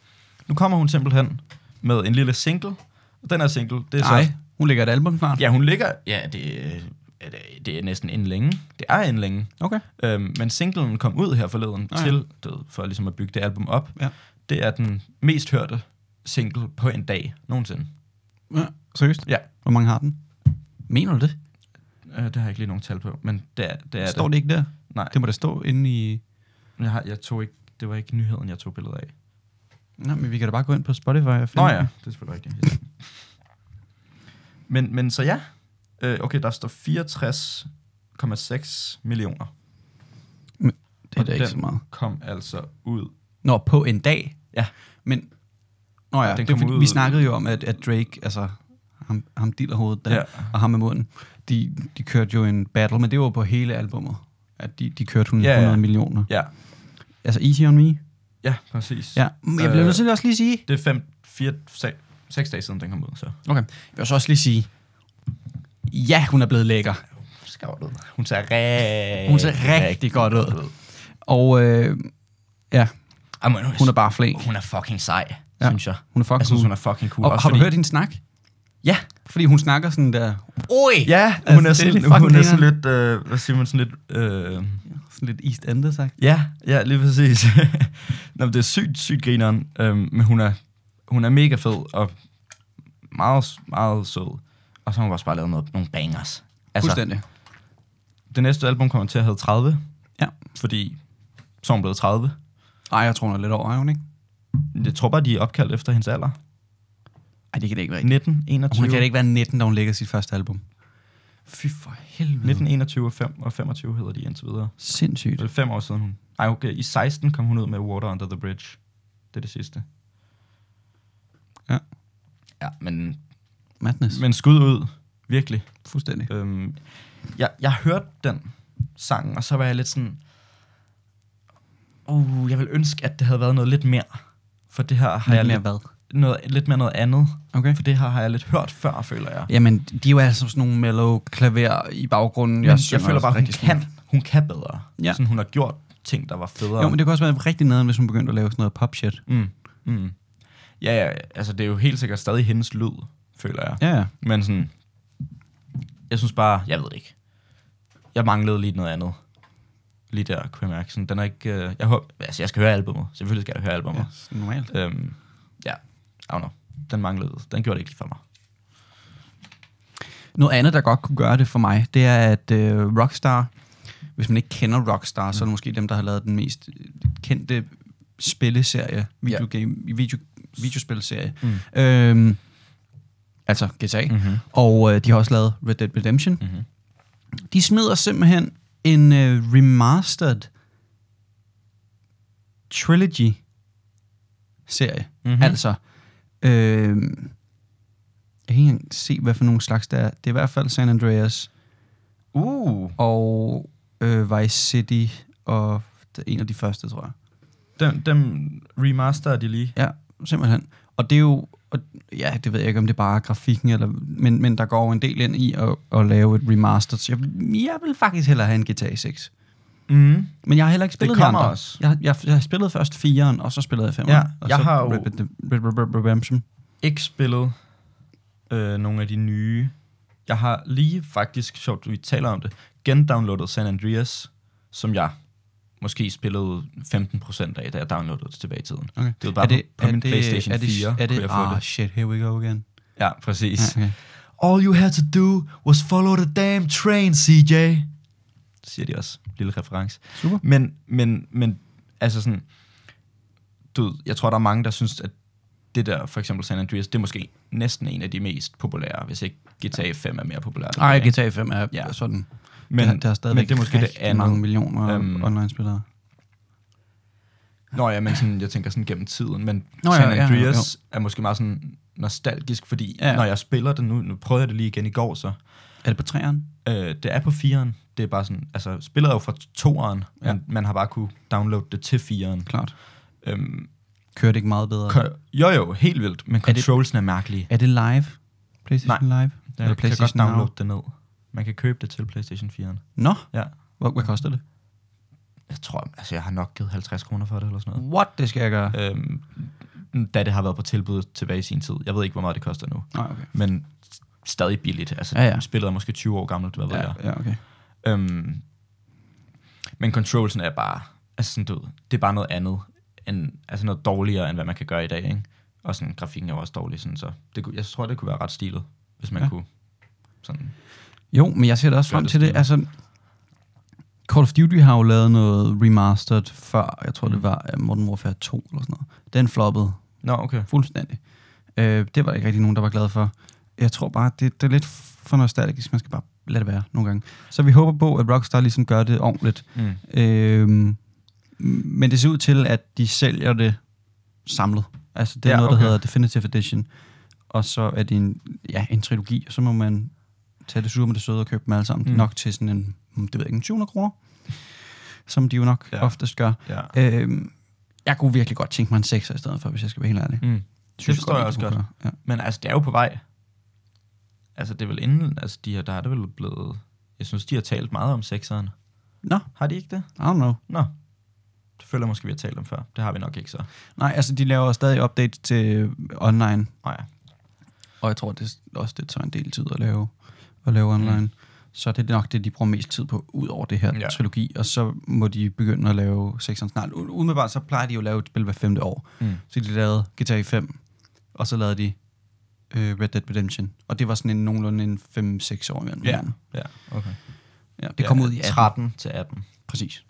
Nu kommer hun simpelthen med en lille single, og den her single, det er Nej, så... hun lægger et album snart. Ja, hun ligger... Ja, det, øh, ja, det, det er næsten inden længe. Det er inden længe. Okay. Øhm, men singlen kom ud her forleden Nå oh, ja. ja. til, du ved, for ligesom at bygge det album op. Ja. Det er den mest hørte single på en dag nogensinde. ja. Seriøst? Ja. Hvor mange har den? Mener du det? Øh, det har jeg ikke lige nogen tal på, men det er det. Er Ja, Står det ikke der? Nej. Det må da stå inde i... Jeg, har, jeg tog ikke, det var ikke nyheden, jeg tog billedet af. Nå, men vi kan da bare gå ind på Spotify og Nå finde ja, den. det er selvfølgelig rigtigt. men, men så ja, øh, okay, der står 64,6 millioner. Det er Og da ikke den- så meget. Kom altså ud Nå, på en dag. Ja. Men, nå ja, den det, er kommer fordi, ud- vi snakkede jo om, at, at Drake, altså ham, ham dillerhovedet der, ja. Ja. og ham med munden, de, de kørte jo en battle, men det var på hele albummet, at de, de kørte 100 Ja, ja. ja, ja. millioner. Ja, Altså Easy On Me. ja præcis. Ja, men jeg bliver Øh. nødt til også lige sige, Det er fem, fire, se, seks dage siden, den kom ud, så. Okay. Jeg vil så også lige sige, ja, hun er blevet lækker. Skal ud. Hun ser rigtig... Hun ser Øh, rigtig godt ud. Og øh, ja, Jamen, hun, hun er bare flink. hun er fucking sej, Ja. ja. synes jeg. Hun er fucking Jeg synes, cool. hun er fucking cool. Og har du hørt hende snakke? Ja. Fordi hun snakker sådan der, Oi! Ja, hun det er er sådan, lidt fucking hun er sådan lidt... Øh, hvad siger man sådan lidt... Øh, sådan lidt East End sagt. ja, ja, lige præcis. Nå, men det er sygt, sygt grineren. Øh, men hun er, hun er mega fed og meget, meget sød. Og så har hun også bare lavet noget, nogle bangers. Altså, Fuldstændig. det næste album kommer til at hedde 30. Ja. Fordi så er hun blevet 30. Ej, jeg tror, hun er lidt over, er hun ikke? Jeg tror bare, de er opkaldt efter hendes alder. Ej, det kan det ikke være. 19, 21. Hun kan da ikke være 19, da hun lægger sit første album. Fy for helvede. 19, 21 og, 5, og 25 hedder de indtil videre. Sindssygt. Det er fem år siden hun... Ej, okay. I 16 kom hun ud med Water Under the Bridge. Det er det sidste. Ja. Ja, men, Madness. Men, men skud ud. Virkelig. Fuldstændig. Øhm, jeg, jeg hørte den sang, og så var jeg lidt sådan... Uh, jeg vil ønske, at det havde været noget lidt mere. For det her har jeg Lidt mere lidt, hvad? noget, lidt mere noget andet. Okay. For det her har jeg lidt hørt før, føler jeg. Jamen, de er jo altså sådan nogle mellow klaver i baggrunden. Men jeg, jeg synger føler også bare, hun rigtig smukt. kan, hun kan bedre. Ja. Ja. Sådan, hun har gjort ting, der var federe. Jo, men det kunne også være rigtig nederen, hvis hun begyndte at lave sådan noget pop-shit. Mm. Mm. Ja, ja, altså det er jo helt sikkert stadig hendes lyd, føler jeg. Ja, ja. Men sådan, jeg synes bare, jeg ved det ikke. Jeg manglede lige noget andet. Lige der, kunne jeg mærke. Sådan, den er ikke, øh, jeg, håber, altså, jeg skal høre albumet. Selvfølgelig skal jeg høre albumet. ja normalt. Ja. Øhm, ja, I don't know. Den manglede, den gjorde det ikke lige for mig. Noget andet, der godt kunne gøre det for mig, det er, at øh, Rockstar, hvis man ikke kender Rockstar, mm. så er det måske dem, der har lavet den mest øh, kendte spilleserie, videogame, video, videospilserie. Mm. Øhm, altså GTA. Mm. Mm-hmm. Og øh, de har også lavet Red Dead Redemption. Mm-hmm. De smider simpelthen en øh, remastered trilogy-serie. Mhm. Mm-hmm. Altså... Øh, jeg kan ikke engang se, hvad for nogle slags der er. Det er i hvert fald San Andreas Uh, og øh, Vice City og det er en af de første, tror jeg. dem, dem remasterer de lige. Ja, simpelthen. Og det er jo, og, ja, det ved jeg ikke, om det er bare grafikken, eller, men, men der går jo en del ind i at, at lave et remaster. Så jeg, jeg vil faktisk hellere have en GTA 6. Mm. Men jeg har heller ikke spillet de kommer andre. også. Jeg, jeg, jeg har spillet først 4'eren, og så spillede jeg 5'eren. Ja, og jeg så har jo- Red Dead Red- Red- Red- Redemption. ikke spillet øh, nogle af de nye. Jeg har lige faktisk, sjovt vi taler om det, gendownloadet San Andreas, som jeg måske spillede 15% af, da jeg downloadede det tilbage i tiden. Okay. Det var bare på, på min Playstation er det, 4, er det, kunne jeg få ah, det. shit, here we go again. Ja, præcis. Ja, okay. All you had to do was follow the damn train, CJ. Siger de også. Lille reference. Super. Men, men, men, altså sådan, du, ved, jeg tror, der er mange, der synes, at det der, for eksempel San Andreas, det er måske næsten en af de mest populære, hvis ikke GTA 5 er mere populær. Ej, GTA 5 er ja. Ja. sådan. Men, men, det, har- det har stadigvæk men det er måske det rigtig andet. mange millioner øhm, Øhm, online-spillere. Nå ja, men sådan, jeg tænker sådan gennem tiden, men Nå Nå, ja, San ja, ja, Andreas er måske meget sådan nostalgisk, fordi Ja. ja. når jeg spiller det nu, nu prøvede jeg det lige igen i går, så Er det på træeren? Øh, det er på 4'eren. Det er bare sådan, altså spillet er jo fra 2'eren, Ja. ja. men man har bare kunne downloade det til 4'eren. Klart. Øhm, Kører det ikke meget bedre? ko- jo jo, helt vildt, men Er det- controlsen er, er mærkelige. er det live? PlayStation Live? Ja, Eller man kan godt Now? downloade det ned. Man kan købe det til PlayStation 4'eren. Nå, Ja. hvad, hvad koster det? Jeg tror, altså jeg har nok givet 50 kroner for det eller sådan What? Det skal jeg gøre. noget. Øhm, da det har været på tilbud tilbage i sin tid. Jeg ved ikke, hvor meget det koster nu, Nej, okay. men s- stadig billigt. Altså, Ja, ja. spillet er måske 20 år gammelt, hvad ved Ja, jeg. ja, okay. Øhm, men controlsen er bare, altså sådan, du ved, det er bare noget andet, end, altså noget dårligere, end hvad man kan gøre i dag, ikke? Og sådan, grafikken er jo også dårlig, sådan, så det, kunne- jeg tror, det kunne være ret stilet, hvis man Ja. ja. kunne sådan. Jo, men jeg ser da også Gør frem det til det. stilet. Altså, Call of Duty har jo lavet noget remastered før. Jeg Mm. tror, det var øh, Modern Warfare 2 eller sådan noget. Den floppede Nå, okay. fuldstændig. Øh, det var der ikke rigtig nogen, der var glad for. Jeg tror bare, det, det er lidt for nostalgisk. Man skal bare lade det være nogle gange. Så vi håber på, at Rockstar ligesom gør det ordentligt. Mm. Øhm, Men det ser ud til, at de sælger det samlet. Altså, det er Ja, ja, noget, der okay. hedder Definitive Edition. Og så er det en, ja, en trilogi, og så må man tage det sure med det søde og købe dem alle sammen. Mm. Mm. Nok til sådan en, mm, det ved jeg ikke, en 200 kroner, som de jo nok Ja. ja. oftest gør. Ja. Øhm, jeg kunne virkelig godt tænke mig en 6 i stedet for, hvis jeg skal være helt ærlig. Mm. forstår jeg også kunne godt. gøre. Ja. Men altså, det er jo på vej. Altså, det er vel inden... Altså, de her, der er det vel blevet... Jeg synes, de har talt meget om sekseren. Nå, Har de ikke det? I don't know. Nå. Det føler jeg måske, vi har talt om før. Det har vi nok ikke så. Nej, altså de laver stadig updates til online, Nej. og jeg tror det er også, det tager en del tid at lave, at lave online. Mm. Så det er nok det, de bruger mest tid på, ud over det her Ja. ja. trilogi, og så må de begynde at lave 6'eren snart. U- Umiddelbart så plejer de jo at lave et spil hver femte år, Mm. så de lavede GTA 5, og så lavede de øh, Red Dead Redemption, og det var sådan en nogenlunde en 5-6 år imellem. Ja. hinanden. Ja, okay. ja det kom ja, ud i 18, 13 til 18. præcis.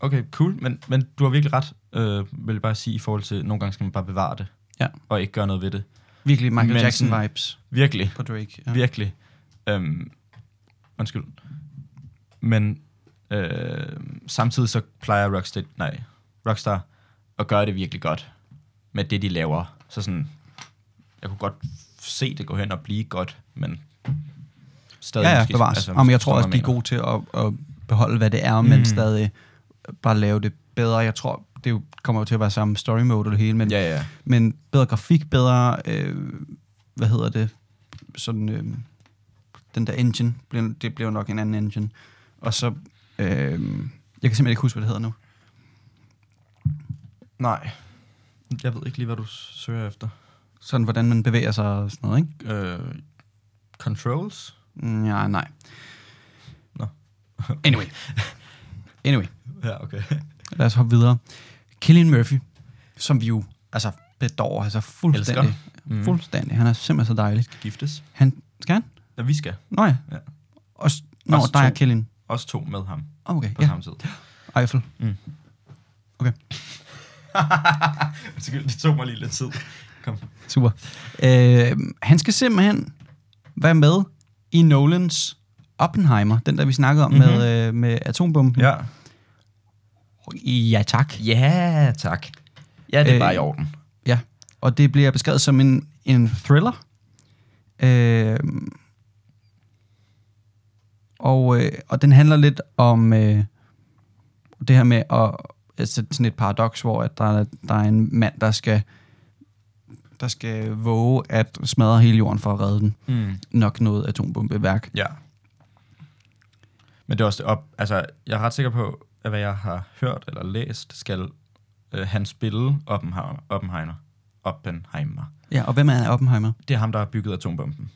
Okay, cool. Men, men du har virkelig ret, øh, vil jeg bare sige, i forhold til, nogle gange skal man bare bevare det. Ja. Og ikke gøre noget ved det. Virkelig Michael Men sådan- Jackson-vibes Virkelig, på Drake. ja. Ja. virkelig. Øhm, undskyld. Men øh, samtidig så plejer Rockstar, nej, Rockstar at gøre det virkelig godt med det, de laver. Så sådan, jeg kunne godt se det gå hen og blive godt, men stadig Ja, ja, måske... bevares. Altså, Jamen, jeg forstår, tror også, hvad de er jeg mener. gode til at, at beholde, hvad det er, men Mm. stadig bare lave det bedre. Jeg tror, det er jo- kommer jo til at være samme story mode og det hele, men, Ja, ja. men bedre grafik, bedre, øh, hvad hedder det, sådan, øh, den der engine, bliver- det bliver jo nok en anden engine. Og så, øh, jeg kan simpelthen ikke huske, hvad det hedder nu. Nej. Jeg ved ikke lige, hvad du søger efter. Sådan, hvordan man bevæger sig og sådan noget, ikke? Øh, controls? Mm, Ja, nej. Nå. anyway. Anyway. Ja, okay. Lad os hoppe videre. Killian Murphy, som vi jo altså bedår, altså fuldstændig. Elsker. Elsker. Mm. Fuld. Fuldstændig. Han er simpelthen så dejlig. Giftes. Han, skal han? Ja, vi skal. Nå ja. Ja. ja. Og, s- nå, Os der er to. Killian. Os to med ham Oh, Okay, på ja. ja. samme tid. Eiffel. Mm. Okay. Undskyld, det tog mig lige lidt tid. Kom. Super. Øh, han skal simpelthen være med i Nolans Oppenheimer, den der vi snakkede om mm-hmm. Mhm. med, øh, med atombomben. Ja. ja, tak. Ja, tak. Ja, det er øh, Øh, bare i orden. Ja, og det bliver beskrevet som en, en thriller. Øh, og, øh, og den handler lidt om øh, det her med at, altså sådan et paradoks, hvor at der, er- der er en mand, der skal, der skal våge at smadre hele jorden for at redde den. Mm. Nok noget atombombeværk. Ja. Men det er også det op... Altså, jeg er ret sikker på, at hvad jeg har hørt eller læst, skal øh, han spille Oppenheimer. Oppenheimer. Oppenheimer. Ja, og hvem er Oppenheimer? Det er ham, der har bygget atombomben.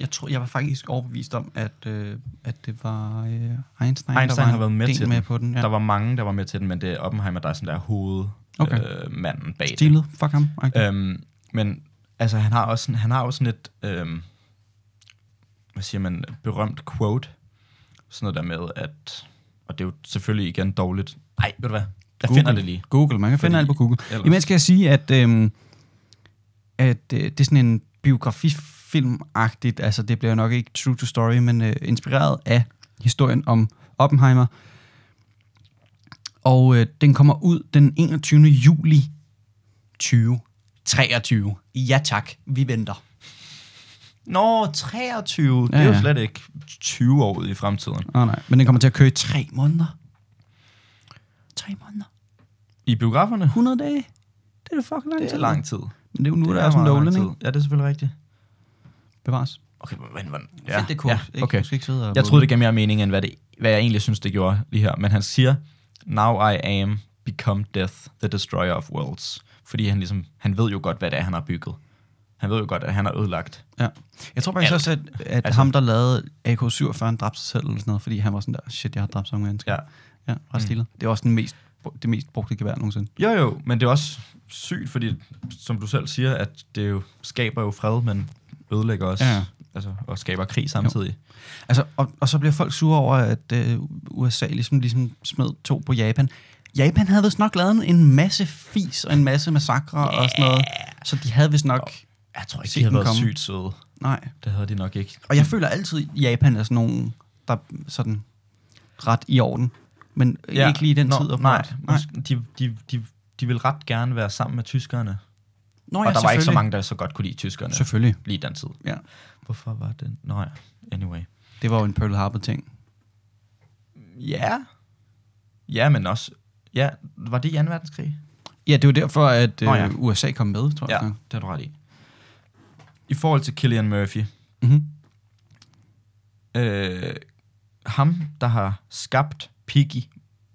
Jeg tror, jeg var faktisk overbevist om, at, øh, at det var øh, Einstein, Einstein der var har været med en del til med den. på den. Ja. Ja. Der var mange, der var med til den, men det er Oppenheimer, der er sådan der hovedmanden Okay. øh, manden bag det. Stilet, fuck ham. Okay. Øhm, men altså, han har også sådan, han har også sådan et, øhm, hvad siger man, berømt quote. Sådan noget der med, at, og det er jo selvfølgelig igen dårligt. Nej, ved du hvad? Jeg Google. finder det lige. Google, man kan finde Fordi alt på Google. ellers- Imens skal jeg sige, at, øhm, at øh, det er sådan en biografifilm-agtigt, altså det bliver nok ikke true to story, men øh, inspireret af historien om Oppenheimer. Og øh, den kommer ud den 21. juli 2023. Ja tak, vi venter. Nå, 23. Ja, det Ja, er jo ja. slet ikke 20 år ude i fremtiden. Åh oh, nej, men den kommer til at køre i tre måneder. Tre måneder. I biograferne? 100 dage. Det er da fucking lang Det er tid. lang tid. Det Men det er jo nu, der er meget sådan lang Nolan, tid. ikke? Ja, det er selvfølgelig rigtigt. Bevares. Okay, men hvordan? Ja, Find det kort. ja, okay. Ikke, du skal ikke sidde og Jeg troede, det gav mere mening, end hvad, det, hvad jeg egentlig synes, det gjorde lige her. Men han siger, Now I am become death, the destroyer of worlds. Fordi han ligesom, han ved jo godt, hvad det er, han har bygget. Han ved jo godt, at han har ødelagt. Ja. Jeg tror faktisk Alt. også, at, at Altså- altså, ham, der lavede AK-47, han dræbte sig selv eller sådan noget, fordi han var sådan der, shit, jeg har dræbt så mange mennesker. Ja. Mm. Ja, ret stilet. Det er også den mest, det mest brugte gevær nogensinde. Jo jo, men det er også sygt, fordi som du selv siger, at det jo skaber jo fred, men ødelægger også, Ja. altså, og skaber krig samtidig. Altså, og, og så bliver folk sure over, at øh, USA ligesom, ligesom smed to på Japan. Japan havde vist nok lavet en masse fis og en masse massakre yeah. og sådan noget, så de havde vist nok... Jeg tror Se den komme. sygt søde. Nej. Det havde de nok ikke. Og jeg føler altid, at Japan er sådan nogen, der sådan ret i orden. men ja. ikke lige i den Nå, tid. Nej, åbenbart. nej. De, de, de, de ville ret gerne være sammen med tyskerne. Og der Nå, var ikke så selvfølgelig. mange, der så godt kunne lide tyskerne Selvfølgelig. lige i den tid. Ja. Hvorfor var det? Nå ja, anyway. Det var jo en Pearl Harbor-ting. Ja. Ja, men også... Ja, var det i 2. verdenskrig? Ja, det var derfor, at øh, Nå ja. USA kom med, tror Ja, jeg. det har du ret i. I forhold til Killian Murphy, Mm-hmm. øh, ham, der har skabt Piggy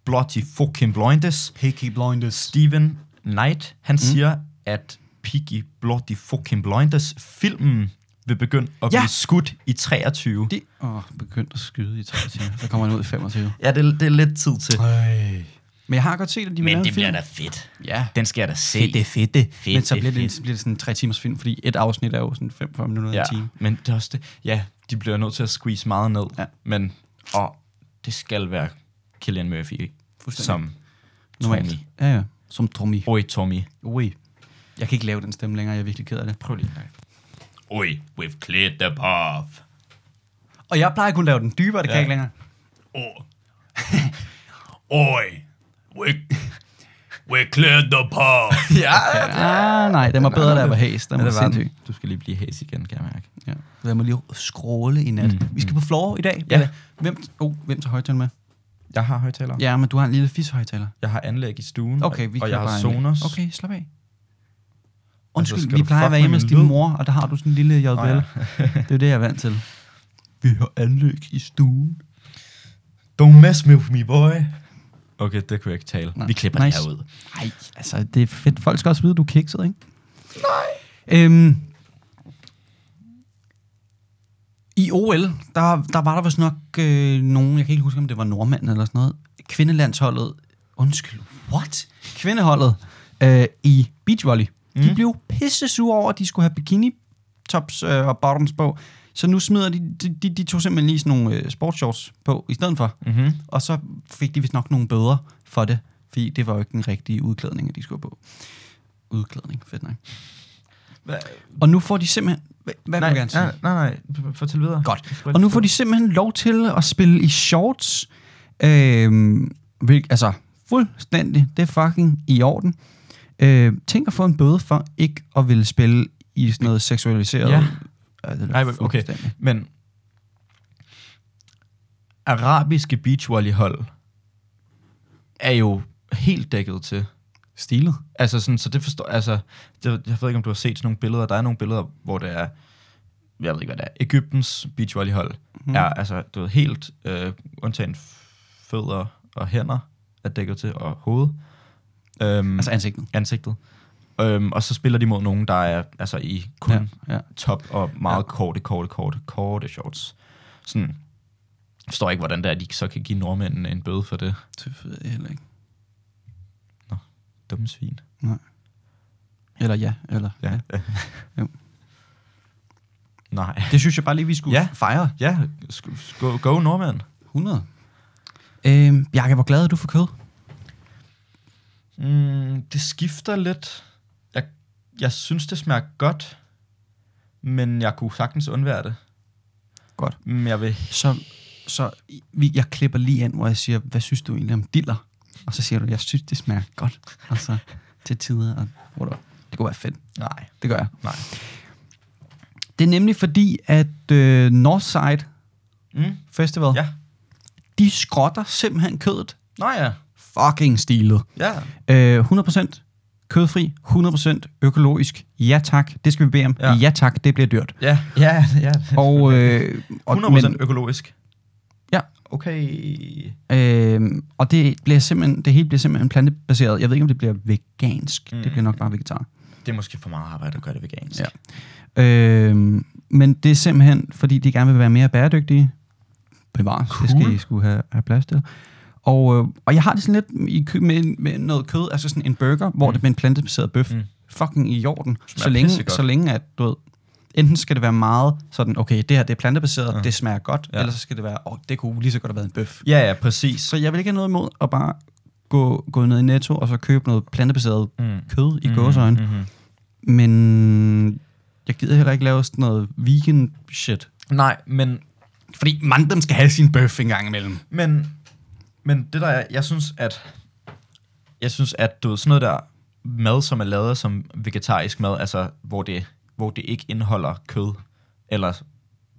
Blotty fucking Blinders, Peaky Blinders. Steven Knight, han mm. siger, at Piggy Blotty fucking Blinders filmen vil begynde at Ja. ja. blive skudt i 23. De, åh, begyndte at skyde i 23. Så kommer han ud i 25. Ja, det, det er lidt tid til. Øj. Men jeg har godt set, at de vil lave en film. fedt. Ja, Den skal jeg da se. Fedt, det er fedt. det. Fedt, Men så det er bliver det, en, fedt. så bliver det sådan en tre timers film, fordi et afsnit er jo sådan 45 minutter ja. Ja, en time. men det er også det. Ja, de bliver nødt til at squeeze meget ned. Ja. Men og det skal være Killian Murphy, ikke? Fuldstændig. Som Normalt. Tommy. Ja, ja. Som Tommy. Oi, Tommy. Ui. Jeg kan ikke lave den stemme længere, jeg er virkelig ked af det. Prøv lige en gang. Oi, we've cleared the path. Og jeg plejer at kunne lave den dybere, det ja. kan jeg Ja. ikke længere. Oh. Oi, we we cleared the path. ja, ja, Ah, nej, den var bedre, da jeg var hæs. Den ja, var det var den. sindssyg. Du skal lige blive hæs igen, kan jeg mærke. Ja. Lad mig lige skråle i nat. Mm. Vi skal på floor i dag. Ja. Hvem, oh, hvem tager højtalen med? Jeg har højtaler. Ja, men du har en lille fishøjtaler. Jeg har anlæg i stuen, Okay, vi og kan jeg har bare Sonos. Altså, Okay, slap af. Undskyld, skal altså, vi du plejer at fuck med være hjemme hos min din lyd? mor, og der har du sådan en lille JBL. Oh, Nå ja. ja. det er jo det, jeg er vant til. Vi har anlæg i stuen. Don't mess with me, boy. Okay, det kunne jeg ikke tale. Nej. Vi klipper Nice. det her ud. Nej, altså, det er fedt. Folk skal også vide, at du er kikset, ikke? Nej. Øhm, I OL, der, der var der vist nok øh, nogen, jeg kan ikke huske, om det var nordmanden eller sådan noget, kvindelandsholdet, undskyld, what? Kvindeholdet øh, i beachvolley. Mm. De blev pisse sure over, at de skulle have bikini tops øh, og bottoms på. Så nu smider de, de, de, de tog simpelthen lige sådan nogle øh, sportsshorts på i stedet for. Mm-hmm. Og så fik de vist nok nogle bøder for det, fordi det var jo ikke den rigtige udklædning, at de skulle have på. Udklædning, fedt nok. Og nu får de simpelthen... Hvad, hvad vil Nej, du gerne sige? nej, nej, nej. Fortæl videre. Godt. Og nu får de simpelthen lov til at spille i shorts. Øhm, hvil, altså, fuldstændig. Det er fucking i orden. Øh, tænk at få en bøde for ikke at ville spille i sådan noget seksualiseret... Ja. Ej, det er Nej, men okay. fuldstændig. Men arabiske beachvolleyhold er jo helt dækket til. Stilet. Altså sådan, så det forstår, altså, det, jeg ved ikke, om du har set sådan nogle billeder. Der er nogle billeder, hvor det er, jeg ved ikke, hvad det er, Ægyptens beachvolleyhold Mhm. mm. er, altså, du ved, helt, øh, undtagen fødder og hænder er dækket til, og hoved. Øhm, Altså altså, ansigtet. ansigtet. Øhm, og så spiller de mod nogen, der er altså, i kun ja Ja. top og meget ja. korte, korte, korte, korte shorts. Sådan, jeg forstår ikke, hvordan det er, at de så kan give nordmændene en bøde for det. Det ved jeg heller ikke. Dumme svin. Eller ja, eller... Ja. Jo. Nej. Det synes jeg bare lige, vi skulle ja. Ja. fejre. Ja, sk- sk- go, go nordmænd. 100. Øhm, Bjarke, hvor glad er du for kød? Mm, det skifter lidt. Jeg, jeg synes, det smager godt, men jeg kunne sagtens undvære det. Godt. Men jeg vil... Så, så vi, jeg klipper lige ind, hvor jeg siger, hvad synes du egentlig om diller? Og så siger du, jeg synes, det smager godt. Altså, til tider. Og, whatever. det kunne være fedt. Nej. Det gør jeg. Nej. Det er nemlig fordi, at øh, Northside Mm, Festival, ja. de skrotter simpelthen kødet. Nå ja. Fucking stilet. Ja. Øh, 100% kødfri, 100% økologisk. Ja tak, det skal vi bede om. Ja, Ja. ja tak, det bliver dyrt. Ja, ja, ja. Og, øh, og, 100% men- økologisk. Ja. Okay. Øhm, og det, bliver simpelthen, det hele bliver simpelthen plantebaseret. Jeg ved ikke, om det bliver vegansk. Mm. Det Mm. bliver nok bare vegetar. Det er måske for meget arbejde at gøre det vegansk. Ja. Øhm, men det er simpelthen, fordi de gerne vil være mere bæredygtige. Bevares, cool. det skal I skulle have, have plads til. Og, øh, og jeg har det sådan lidt i kø, med, med noget kød, altså sådan en burger, hvor mm. det med en plantebaseret bøf. Mm. Mm. Fucking i orden. Så Smager længe, pissegodt. så længe at, du ved, enten skal det være meget sådan, okay, det her det er plantebaseret, ja. det smager godt, Mm. ja. Ja. eller så skal det være, åh, det kunne lige så godt have været en bøf. Ja, ja, præcis. Så jeg vil ikke have noget imod at bare gå, gå ned i Netto og så købe noget plantebaseret mm. Mm. kød i mm. gåsøjne. Mm-hmm. Men jeg gider heller ikke lave sådan noget vegan shit. Nej, men, Fordi manden skal have sin bøf en gang imellem. men Men det der er, jeg synes, at jeg synes, at du ved, sådan noget der mad, som er lavet som vegetarisk mad, altså hvor det, hvor det ikke indeholder kød, eller,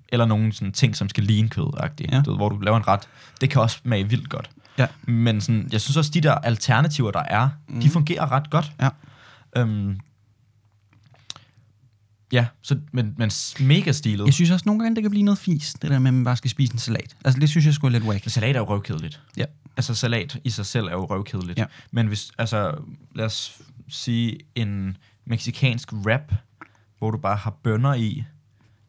eller nogle sådan ting, som skal ligne kød Ja. ja. du ved, hvor du laver en ret, det kan også smage vildt godt. Ja. Men sådan, jeg synes også, de der alternativer, der er, mm. de fungerer ret godt. Ja. Øhm, ja, så, men, men s- mega stilet. Jeg synes også nogle gange, det kan blive noget fis, det der med, at man bare skal spise en salat. Altså, det synes jeg skulle er lidt wack. Salat er jo røvkedeligt. Ja. Altså salat i sig selv er jo røvkedeligt. Ja. Men hvis, altså, lad os sige en meksikansk wrap, hvor du bare har bønner i,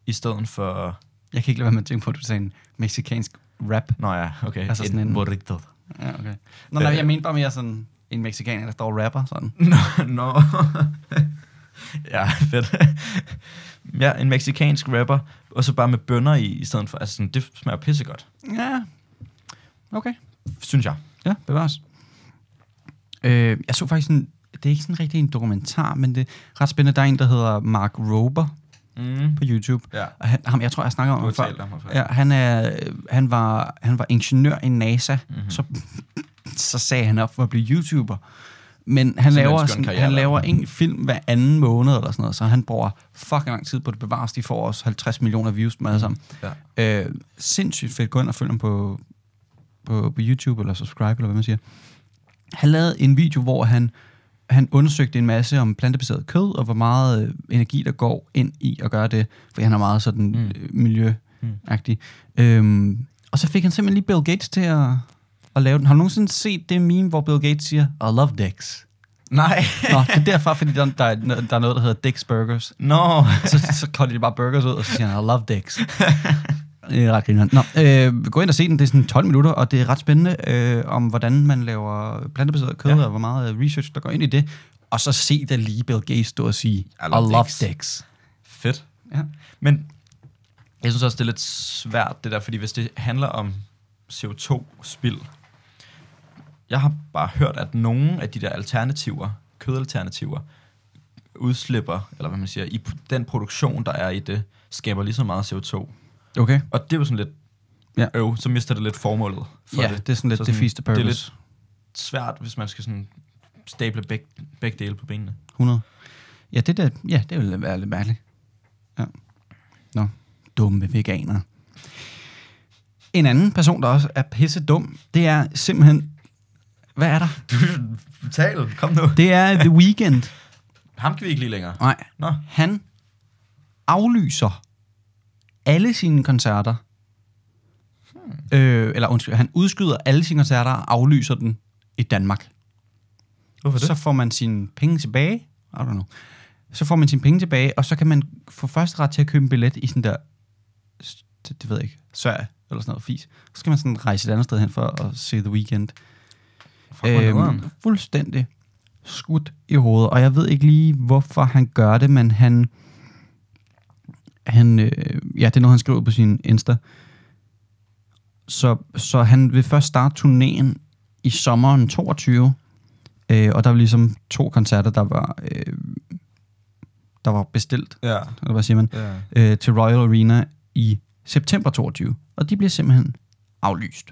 i stedet for... Jeg kan ikke lade være med at tænke på, at du sagde en meksikansk rap. Nå ja, okay. Altså sådan en- burrito. Ja, okay. Øh. Nå, nej, jeg mente bare mere sådan en meksikaner, der står og rapper sådan. Nå, nå. ja, fedt. ja, en meksikansk rapper, og så bare med bønner i, i stedet for... Altså, sådan, det smager pissegodt, Ja, okay. synes jeg. Ja, bevares. Øh, jeg så faktisk en, det er ikke sådan rigtig en dokumentar, men det er ret spændende. Der er en, der hedder Mark Rober Mm. på YouTube. Ja. Og han, ham, jeg tror, jeg snakker om Du ham har før. talt om ham før. Ja, han, er, han, var, han var ingeniør i NASA, Mhm. mm-hmm. så, så sagde han op for at blive YouTuber. Men han Så ønsker laver, han sådan, han karriere, laver en film hver anden måned, eller sådan noget, så han bruger fucking lang tid på det bevares. De får også 50 millioner views Mhm. med alle sammen. Ja. Øh, sindssygt fedt. Gå ind og følg ham på, på, på YouTube, eller subscribe, eller hvad man siger. Han lavede en video, hvor han, han undersøgte en masse om plantebaseret kød, og hvor meget øh, energi, der går ind i at gøre det, for han er meget sådan mm. øh, miljøagtig. Mm. Øhm, og så fik han simpelthen lige Bill Gates til at, at lave den. Har du nogensinde set det meme, hvor Bill Gates siger, I love dicks? Nej. Nå, det er derfor, fordi der, der, er, der er noget, der hedder Dick's Burgers Nå. No. så, så kolder de bare burgers ud, og så siger han, I love dicks. Det er ret grineren. Nå, øh, gå ind og se den. Det er sådan 12 minutter, og det er ret spændende øh, om, hvordan man laver plantebaseret kød, ja. Ja. og hvor meget øh, research, der går ind i det. Og så se da lige Bill Gates stå og sige, I love, love I love dicks. dicks." Fedt. Ja. Men jeg synes også, det er lidt svært, det der, fordi hvis det handler om CO2-spild, jeg har bare hørt, at nogle af de der alternativer, kødalternativer, udslipper, eller hvad man siger, i p- den produktion, der er i det, skaber lige så meget CO2. Okay. Og det er jo sådan lidt, Ja. ja. øv, så mister det lidt formålet for Ja, det. det er sådan lidt så defeats the Det er purpose. lidt svært, hvis man skal sådan stable begge, begge dele på benene. 100. Ja, det, der, ja, det ville være lidt mærkeligt. Ja. Nå, dumme veganere. En anden person, der også er pisse dum, det er simpelthen... Hvad er der? Du, tal, kom nu. Det er The Weeknd. Ham kan vi ikke lige længere. Nej, Nå, han aflyser alle sine koncerter. Hmm. Øh, eller undskyld, han udskyder alle sine koncerter og aflyser den i Danmark. hvorfor Så får man sine penge tilbage. I don't know. Så får man sine penge tilbage, og så kan man få første ret til at købe en billet i sådan der, s- det, det ved jeg ikke, Sverige eller sådan noget fis. Så skal man sådan rejse et andet sted hen for at se The Weeknd. Fuck, hvor Øhm, nederen. fuldstændig skudt i hovedet, og jeg ved ikke lige, hvorfor han gør det, men han, han øh, ja, det er noget, han skriver på sin Insta. Så, så han vil først starte turnéen i sommeren 22, øh, og der var ligesom to koncerter, der var, øh, der var bestilt, Ja. eller hvad siger man, ja. øh, til Royal Arena i september 22, og de bliver simpelthen aflyst.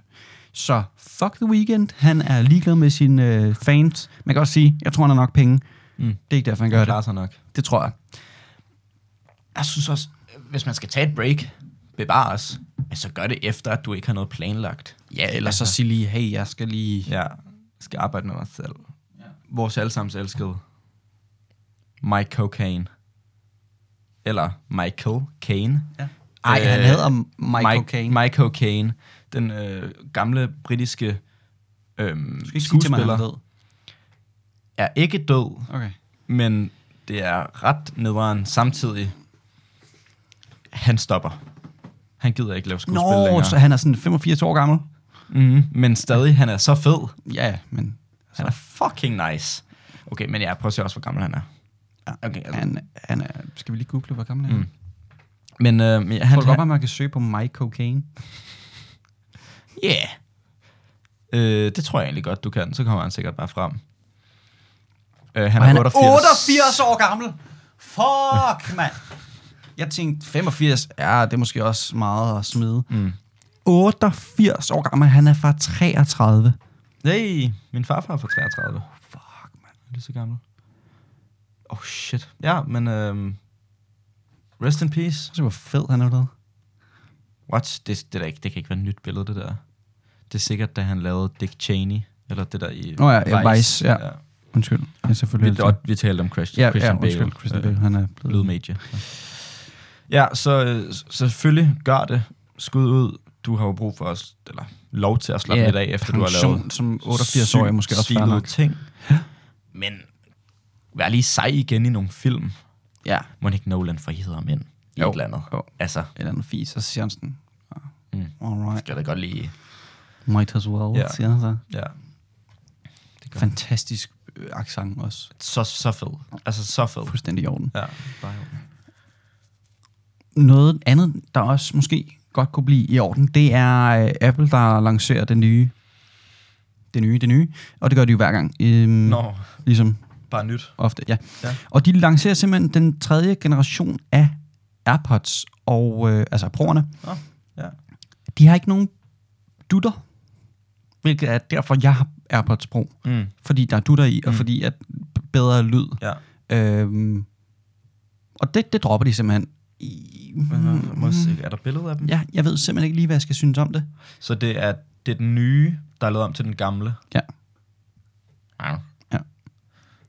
Så fuck the weekend, han er ligeglad med sine øh, fans. Man kan også sige, jeg tror, han har nok penge. Mm. Mm. Det er ikke derfor, han gør det. sig nok. Det tror jeg. Jeg synes også, hvis man skal tage et break, bevares, men så gør det efter, at du ikke har noget planlagt. Ja, eller Altså, så sig lige, hey, jeg skal lige... Ja, jeg skal arbejde med mig selv. Ja. Vores allesammens elskede. Mike Cocaine. Eller Michael Kane. Ja. Ej, han Øh, hedder Michael Mike, Caine. Michael Kane. Den øh, gamle britiske øhm, Skal ikke sige til mig, skuespiller han ved. er ikke død, Okay. men det er ret nedvaren samtidig. Han stopper. Han gider ikke lave skuespil Nå, længere. så han er sådan 85 år gammel. Mm, men stadig, han er så fed. Ja, ja, men Han er fucking nice. Okay, men jeg prøver at se også, hvor gammel han er. Okay, altså. han, han er... Skal vi lige google, hvor gammel han er? Mm. Mm. Men øh, men Han, han... tror du godt, han at man kan søge på Michael Caine? yeah. Øh, det tror jeg egentlig godt, du kan. Så kommer han sikkert bare frem. Øh, han, er han 88. er 88 år gammel. Fuck, mand. Jeg tænkte, 85, ja, det er måske også meget at smide. Mm. 88 år gammel. Han er fra 33. Nej, min farfar er fra 33. Oh, fuck, mand. Er det så gammel? Oh, shit. Ja, men øhm, rest in peace. Så hvor fed han er blevet. What? Det, det, er da ikke, det kan ikke være et nyt billede, det der. Det er sikkert, da han lavede Dick Cheney. Eller det der i Nå ja, ja, Vice, ja. Undskyld. Jeg er Vi, selvfølgelig og, vi talte om Christian, ja, Christian ja, Bale. undskyld, øh, Christian Bale. Han er blevet... lydmedie. Ja, så, øh, så selvfølgelig gør det. Skud ud. Du har jo brug for os, eller lov til at slappe lidt af, efter du har pension lavet som 88 år er måske også fair fair nok. ting. Men vær lige sej igen i nogle film. Ja. Må ikke Nolan friheder mænd i Jo. et eller andet. Jo. Altså, Eller andet fis, og så siger han sådan, Mm. alright, skal da godt lige... might as well, Ja. yeah. siger han så. Ja. Fantastisk øh, accent også. Så, så fed. Altså, så fed. Fuldstændig i orden. Ja, bare jo. Noget andet, der også måske godt kunne blive i orden, det er øh, Apple, der lancerer det nye. Det nye, det nye. Og det gør de jo hver gang. Øhm, Nå, Ligesom bare nyt. ofte, ja. Ja. Og de lancerer simpelthen den tredje generation af AirPods, og, øh, altså proerne. Nå, ja. De har ikke nogen dutter, hvilket er derfor, jeg har AirPods Pro. Mm, Fordi der er dutter i, og fordi at bedre lyd. ja. Øhm, og det, det dropper de simpelthen. I, Men, øh, må, se, er der billeder af dem? ja, jeg ved simpelthen ikke lige, hvad jeg skal synes om det. Så det er, det er den nye, der er lavet om til den gamle? Ja. Ja. Ja.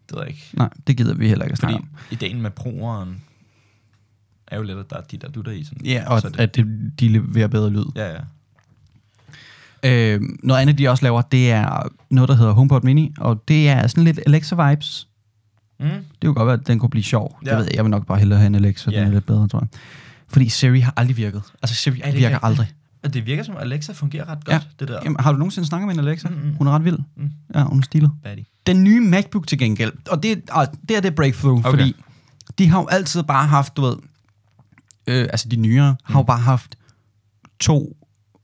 Det ved jeg ikke. Nej, det gider vi heller ikke at Fordi snakke om. ideen med proeren er jo lidt, at der er de der dutter i. Sådan. Ja, og så det, at det, de leverer bedre lyd. ja, ja. Øhm, noget andet, de også laver, det er noget, der hedder HomePod Mini, og det er sådan lidt Alexa-vibes. Mm. Det kunne godt være, at den kunne blive sjov. Ja. Ja. Det ved jeg, jeg vil nok bare hellere have en Alexa, yeah. Ja. den er lidt bedre, tror jeg. Fordi Siri har aldrig virket. Altså, Siri Er det virker rigtigt? aldrig. Og det virker som, at Alexa fungerer ret Ja. godt, det der. Jamen, har du nogensinde snakket med en Alexa? Mm, mm. Hun er ret vild. Mm. Ja, hun er stilet. Batty. Den nye MacBook til gengæld, og det, og det er det breakthrough, okay. Okay. fordi de har jo altid bare haft, du ved, øh, altså de nyere, mm. har jo bare haft to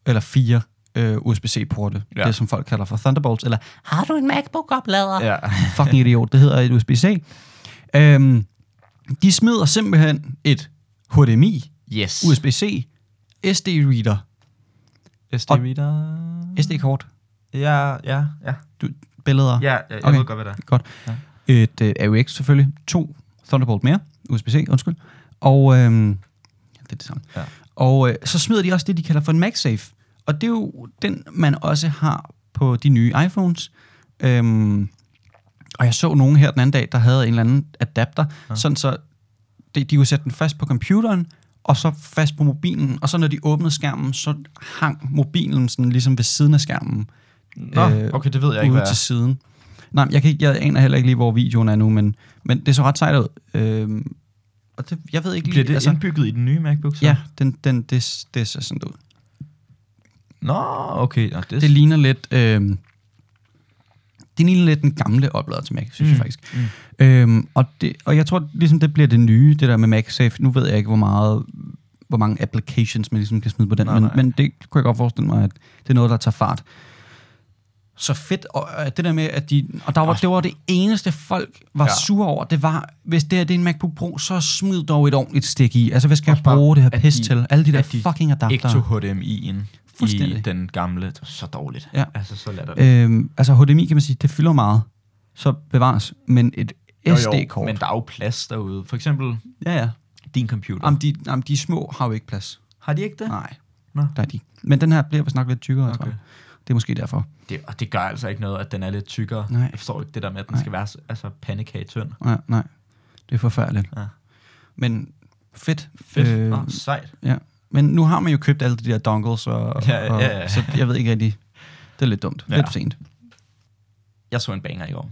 eller fire øh, USB-C-porte. Ja. Ja. Det, som folk kalder for Thunderbolts, eller har du en MacBook-oplader? Ja. Fucking idiot, det hedder et USB-C. Øhm, de smider simpelthen et HDMI, Yes. USB-C, SD-reader, SD Reader. SD-kort, Ja, ja, ja. du, billeder. Ja, jeg, jeg Okay. ved godt, hvad det er. Godt. Ja. Et øh, AUX selvfølgelig. To Thunderbolt mere. USB-C, undskyld. Og øhm, ja, det er det samme. Ja. Og øh, så smider de også det, de kalder for en MagSafe. Og det er jo den, man også har på de nye iPhones. Øhm, og jeg så nogen her den anden dag, der havde en eller anden adapter, ja. sådan så de, de kunne sætte den fast på computeren, og så fast på mobilen, og så når de åbnede skærmen, så hang mobilen sådan ligesom ved siden af skærmen Nå, Øh, okay, det ved jeg ikke, ude hvad til er. siden. Nej, men jeg, kan ikke, jeg aner heller ikke lige, hvor videoen er nu, men, men det så ret sejt ud. Øhm, og det, jeg ved ikke Bliver lige... det altså, indbygget i den nye MacBook? Så? ja, den, den, det, det ser sådan ud. Nå, okay. Nå, det, Det ligner lidt... Øhm, det ligner lidt den gamle oplader til Mac, synes Mm, mm. jeg faktisk. Mm. Øhm, og, det, og jeg tror, ligesom det bliver det nye, det der med MagSafe. Nu ved jeg ikke, hvor meget hvor mange applications, man ligesom kan smide på den, Nej, men, nej. men det kunne jeg godt forestille mig, at det er noget, der tager fart. Så fedt, og øh, det der med, at de... Og der var, det var det eneste, folk var ja. Ja. sure over, det var, hvis det her det er en MacBook Pro, så smid dog et ordentligt stik i. Altså, hvad skal Også jeg bare, bruge det her at pis de- til? Alle de der at de fucking adapter. ikke tog HDMI'en i Fuldstændig. den gamle. Det var så dårligt. Ja. Altså, så lader det. Øhm, altså HDMI kan man sige, det fylder meget, så bevares, men et SD-kort. men der er jo plads derude. For eksempel Ja, ja. din computer. Jamen de, jamen, de små har jo ikke plads. har de ikke det? Nej, Nå. der er de. Men den her bliver vist nok lidt tykkere, okay. tror Okay. jeg. Det er måske derfor. Det, og det gør altså ikke noget, at den er lidt tykkere. Nej. Jeg forstår ikke det der med, at den Nej. skal være så- altså, pandekage-tynd. Nej, nej. Det er forfærdeligt. Ja. Men fedt. Fedt. Øh, Nå, sejt. ja. Men nu har man jo købt alle de der dongles, og, Ja, og, ja, ja. så jeg ved ikke rigtig. Det er lidt dumt. Ja. Ja. Lidt sent. Jeg så en banger i går.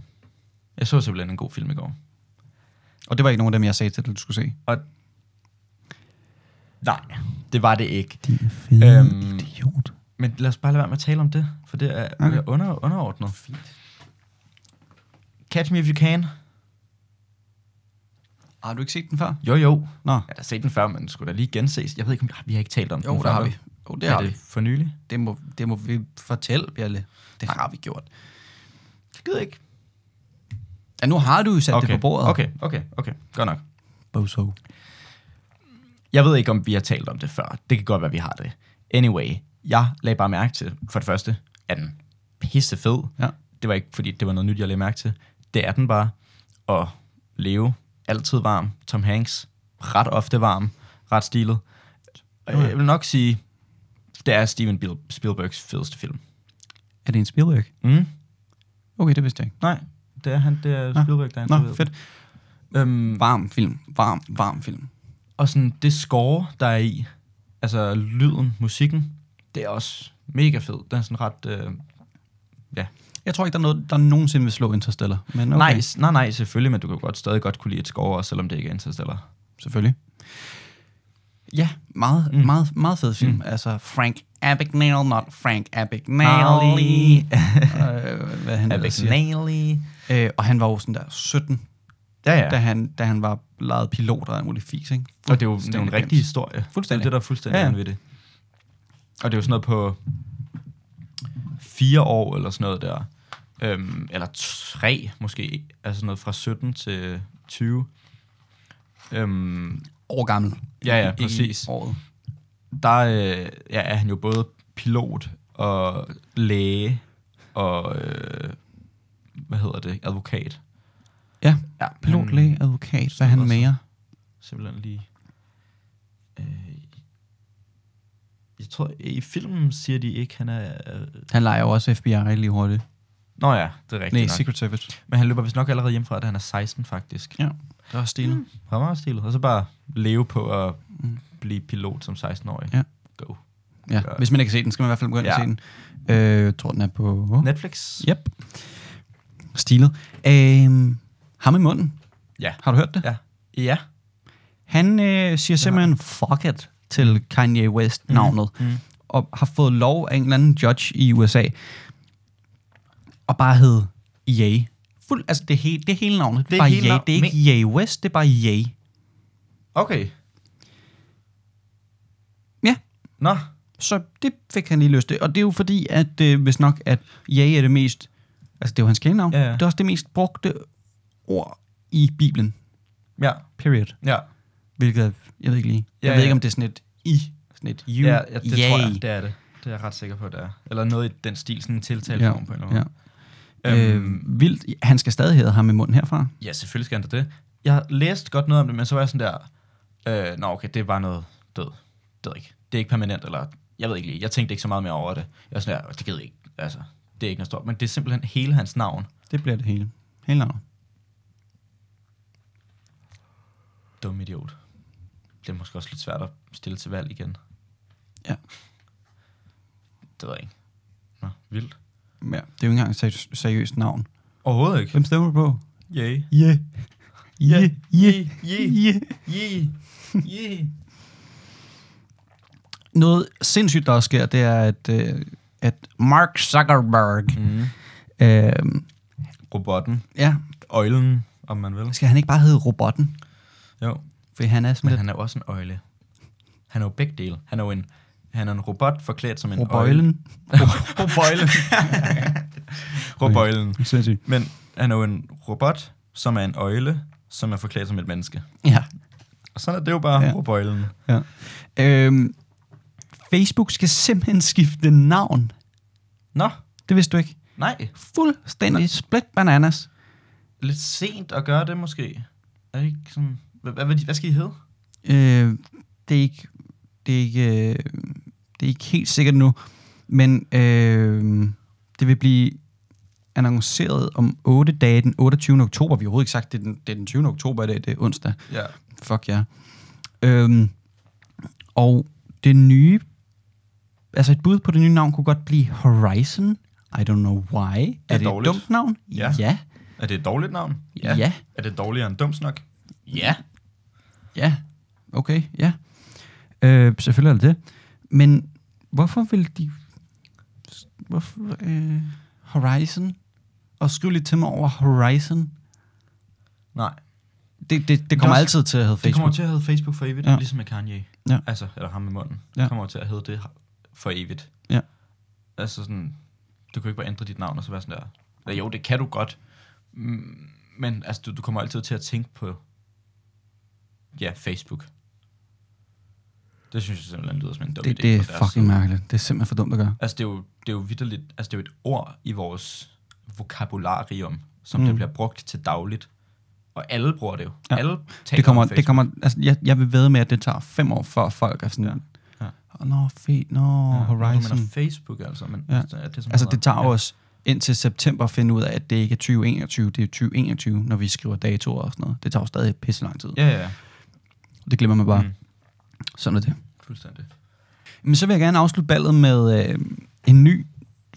Jeg så simpelthen en god film i går. Og det var ikke nogen af dem, jeg sagde til dig, du skulle se. Nej, det var det ikke. Det er fedt. Øhm, Øhm, idiot. Men lad os bare lade være med at tale om det, for det er Okay. okay. under, underordnet. Fint. Catch Me If You Can. Har du ikke set den før? Jo, jo. Nå. Jeg har da set den før, men den skulle da lige genses. Jeg ved ikke, om Ah, vi har ikke talt om Jo, den det før, har vel? vi. Jo, det er har det vi. for nylig? Ah, Det må, det må vi fortælle, Bjelle. Det har vi gjort. Jeg gider ikke. Ja, nu har du jo sat Okay. det på bordet. Okay, okay, okay. Godt nok. Bozo. Jeg ved ikke, om vi har talt om det før. Det kan godt være, vi har det. Anyway, Jeg lagde bare mærke til, for det første, at den er pissefed. Ja. Det var ikke, fordi det var noget nyt, jeg lagde mærke til. Det er den bare. Og Leo, altid varm. Tom Hanks, ret ofte varm. Ret stilet. Okay. Jeg vil nok sige, det er Steven Bil- Spielbergs fedeste film. Er det en Spielberg? Mm. Okay, det vidste jeg ikke. Nej, det er han, det er Spielberg, der er Nå, instrueret fedt. den. Øhm, Varm film. Varm, varm film. og sådan det score, der er i, altså lyden, musikken, det er også mega fed. Den er sådan ret... Øh, Jeg tror ikke, der er noget, der nogensinde vil slå Interstellar. Men okay. okay. nice. Nej, nej, selvfølgelig, men du kan godt stadig godt kunne lide et score, også selvom det ikke er Interstellar. selvfølgelig. Ja, meget, mm. meget, meget fed film. Mm. Altså Frank Abagnale, not Frank Abagnale. Ah, øh, hvad han ellers siger. Abagnale. Øh, og han var jo sådan der 17, Ja, ja. da, ja. han, da han var lejet pilot og alt muligt fis, ikke? Og det er jo det er jo en rigtig historie. Fuldstændig. Det er det, der er fuldstændig Ja, ja. ja. ved det. Og det er jo sådan noget på fire år eller sådan noget der. Øhm, eller tre måske. Altså noget fra 17 til 20. Øhm, År gammel. Ja, ja, I- i præcis. Året. der øh, ja, er han jo både pilot og læge og, øh, hvad hedder det, advokat. Ja, Ja, pilot, læge, advokat, hvad er han Også. mere? Simpelthen lige... Øh, jeg tror, i filmen siger de ikke, han er... Øh, Han leger jo også FBI lige hurtigt. nå ja, det er rigtigt Nej, nok. Secret Service. Men han løber vist nok allerede hjemmefra, da han er 16 faktisk. Ja, der er stilet. Mm. Han var stilet. Og så bare leve på at blive pilot som 16-årig. Ja. Go. Ja, Ja. hvis man ikke har set den, skal man i hvert fald gå ind ja. og Ja. se den. Øh, jeg tror, den er på... Oh. Netflix? Yep. Stilet. Øh, ham i munden. Ja. Har du hørt det? Ja. Ja. Han øh, siger simpelthen fuck it til Kanye West-navnet. Mm. Mm. Og har fået lov af en eller anden judge i USA. Og bare hed Ye. Fuld, altså det, he, det er hele navnet. Det er, bare hele Ye. navn- Det er ikke Ye West, det er bare Ye. Okay. Ja, Nå. så det fik han lige lyst til. Og det er jo fordi, at øh, hvis nok, at Ye er det mest... Altså det er jo hans kælenavn. Ja, ja. Det er også det mest brugte ord i Bibelen. Ja. Period. Ja. Hvilket, er- jeg ved ikke lige. Ja, Jeg ja, ved ja. ikke, om det er sådan et i, sådan et you, Ja, ja det yay. tror jeg, det er det. Det er jeg ret sikker på, det er. Eller noget i den stil, sådan en tiltaleform på en eller anden ja. måde. Øhm, Øh, vildt. Han skal stadig hedde ham i munden herfra. ja, selvfølgelig skal han da det. Jeg læste godt noget om det, men så var jeg sådan der, øh, nå okay, det er bare noget død. Det er ikke. Det er ikke permanent, eller jeg ved ikke lige. Jeg tænkte ikke så meget mere over det. Jeg var sådan der, det gider jeg ikke. Altså, det er ikke noget stort. Men det er simpelthen hele hans navn. Det bliver det hele. Hele navnet. Dum idiot. Det er måske også lidt svært at stille til valg igen. Ja. Det ved jeg ikke. Nå, vildt. Ja, det er jo ikke engang et seri- seriøst navn. Overhovedet ikke. Hvem stemmer du på? Yay. Yeah. Yeah. Yeah. Yeah. Yeah. yeah. Yeah. Yeah. Noget sindssygt, der også sker, det er, at, øh, at Mark Zuckerberg, Mm. øh, Robotten. ja, Øjlen, om man vil. skal han ikke bare hedde robotten? Jo, For han er men sådan han er jo også en øjle. Han er jo begge dele. Han er jo en, han er en robot forklædt som en lidt øjle. robøjlen. Robøjlen. Robøjlen. Sindssygt. Men han er jo en robot, som er en øjle, som er forklædt som et menneske. Ja. Og sådan er det jo bare Ja. ja. robøjlen. Ja. Øhm, Facebook skal simpelthen skifte navn. Nå, Det vidste du ikke. nej. Fuldstændig split bananas. Lidt sent at gøre det måske. Er det ikke sådan... Hvad, hvad, hvad skal I hedde? Øh, det er ikke, det er ikke, øh, det er ikke helt sikkert nu, men øh, det vil blive annonceret om 8 dage, den 28. oktober. Vi har overhovedet ikke sagt, det er den, det er den 20. oktober i dag, det er onsdag. Ja. Fuck ja. Yeah. Øhm, og det nye, altså et bud på det nye navn kunne godt blive Horizon. I don't know why. Det er, det dårligt. et dumt navn? Ja. Ja. Er det et dårligt navn? Ja. Er det dårligere end dumsnak? Ja. Ja. Okay, ja. Øh, selvfølgelig er det det. Men hvorfor vil de... Hvorfor... Øh, Horizon? Og skriv lige til mig over Horizon. Nej. Det, det, det kommer også- altid til at hedde Det Facebook. kommer til at hedde Facebook for evigt, Ja. ja. ligesom med Kanye. Ja. Altså, eller ham med munden. Ja. Ja. kommer til at hedde det for evigt. Ja. Altså sådan, du kan jo ikke bare ændre dit navn og så være sådan der. Ja, jo, det kan du godt. Mm, Men altså, du, du kommer altid til at tænke på, ja, Facebook. Det synes jeg simpelthen lyder som en dum idé. Det, det er fra deres fucking mærkeligt. Det er simpelthen for dumt at gøre. Altså, det er jo, det er jo vidderligt, altså, det er jo et ord i vores vokabularium, som mm. det bliver brugt til dagligt. Og alle bruger det jo. Ja. Alle taler Det kommer, om det Facebook. kommer, altså, jeg, jeg vil ved med, at det tager fem år, før folk er sådan, ja. Ja. nå, fedt, nå, ja, Du Horizon. mener Facebook, altså. Men Ja. ja. det, er sådan Altså, det noget. tager ja. os indtil september at finde ud af, at det ikke er 2021, det er 2021, når vi skriver datoer og sådan noget. Det tager jo stadig pisse lang tid. Ja. Ja, ja, ja. Det glemmer man bare. Mm. Mm. Sådan er det. Fuldstændig. Men så vil jeg gerne afslutte ballet med øh, en ny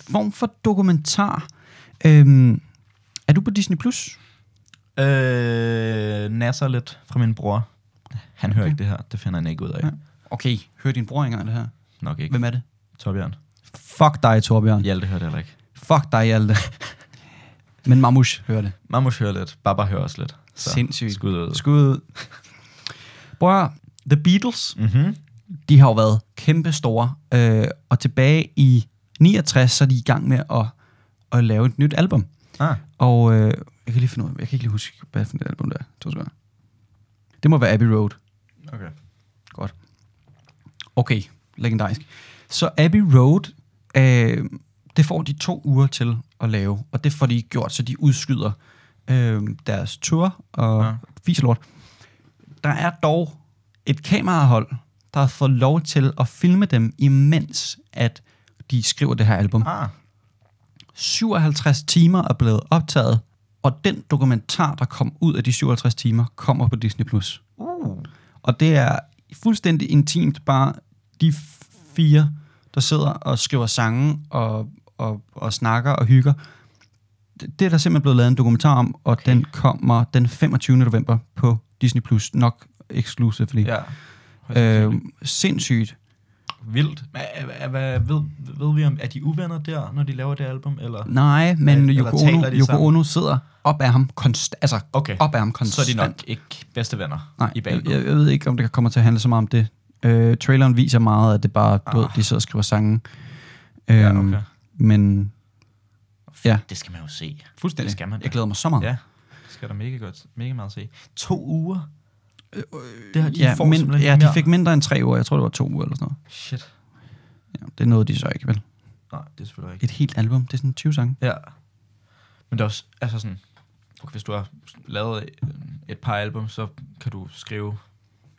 form for dokumentar. Øh, er du på Disney+. Plus? Øh, nasser lidt fra min bror. Han hører ikke det her. Det finder han ikke ud af. Ja. Ja. Okay, hør din bror engang det her. Nok ikke. Hvem er det? Torbjørn. Fuck dig, Torbjørn. Hjalte hører det heller ikke. Fuck dig, Hjalte. Men Mamush hører det. Mamus hører lidt. Baba hører også lidt. Sindssygt. Skud ud. Skud ud. Prøv at høre. The Beatles, Mm-hmm. de har jo været kæmpe store. Øh, og tilbage i 69, så er de i gang med at, at lave et nyt album. Ah, Og øh, jeg kan lige finde ud af, jeg kan ikke lige huske, hvad for et album det er. To sekunder. Det må være Abbey Road. okay. Godt. Okay, legendarisk. Så Abbey Road, øh, det får de to uger til at lave, og det får de gjort, så de udskyder øh, deres tur og ja. Ja. fiselort. Der er dog et kamerahold, der har fået lov til at filme dem, imens at de skriver det her album. Ah, 57 timer er blevet optaget, og den dokumentar, der kom ud af de 57 timer, kommer på Disney+. Plus. Uh. Og det er fuldstændig intimt, bare de fire, der sidder og skriver sange og, og, og snakker og hygger. Det det er der simpelthen blevet lavet en dokumentar om, og okay. den kommer den 25. november på Disney+, Plus, nok exclusively. ja. Ja. Øh, sindssygt. Vildt. Hvad, hvad, hvad ved, ved vi om, er de uvenner der, når de laver det album, eller? Nej, men Eller Yoko taler Ono, de Yoko sammen? Ono sidder op af ham konst, altså Okay. op af ham Så konstant. er de nok ikke bedste venner Nej, i jeg, bandet. jeg, jeg ved ikke, om det kommer til at handle så meget om det. Øh, traileren viser meget, at det bare, du ved, de sidder og skriver sange. Øhm, Ah. Ja, okay. Men ja. Det skal man jo se. fuldstændig. Det skal man da. Jeg glæder mig så meget. Ja, det skal der mega godt, mega meget se. To uger? Det har de Øh, ja, får men, simpelthen ja, de mere. fik mindre end tre uger. Jeg tror, det var to uger eller sådan noget. Shit. Ja, det nåede de så ikke, vel? Nej, det er selvfølgelig rigtigt. Et helt album, det er sådan 20 sange. Ja. Men det er også, altså sådan, okay, hvis du har lavet øh, et par album, så kan du skrive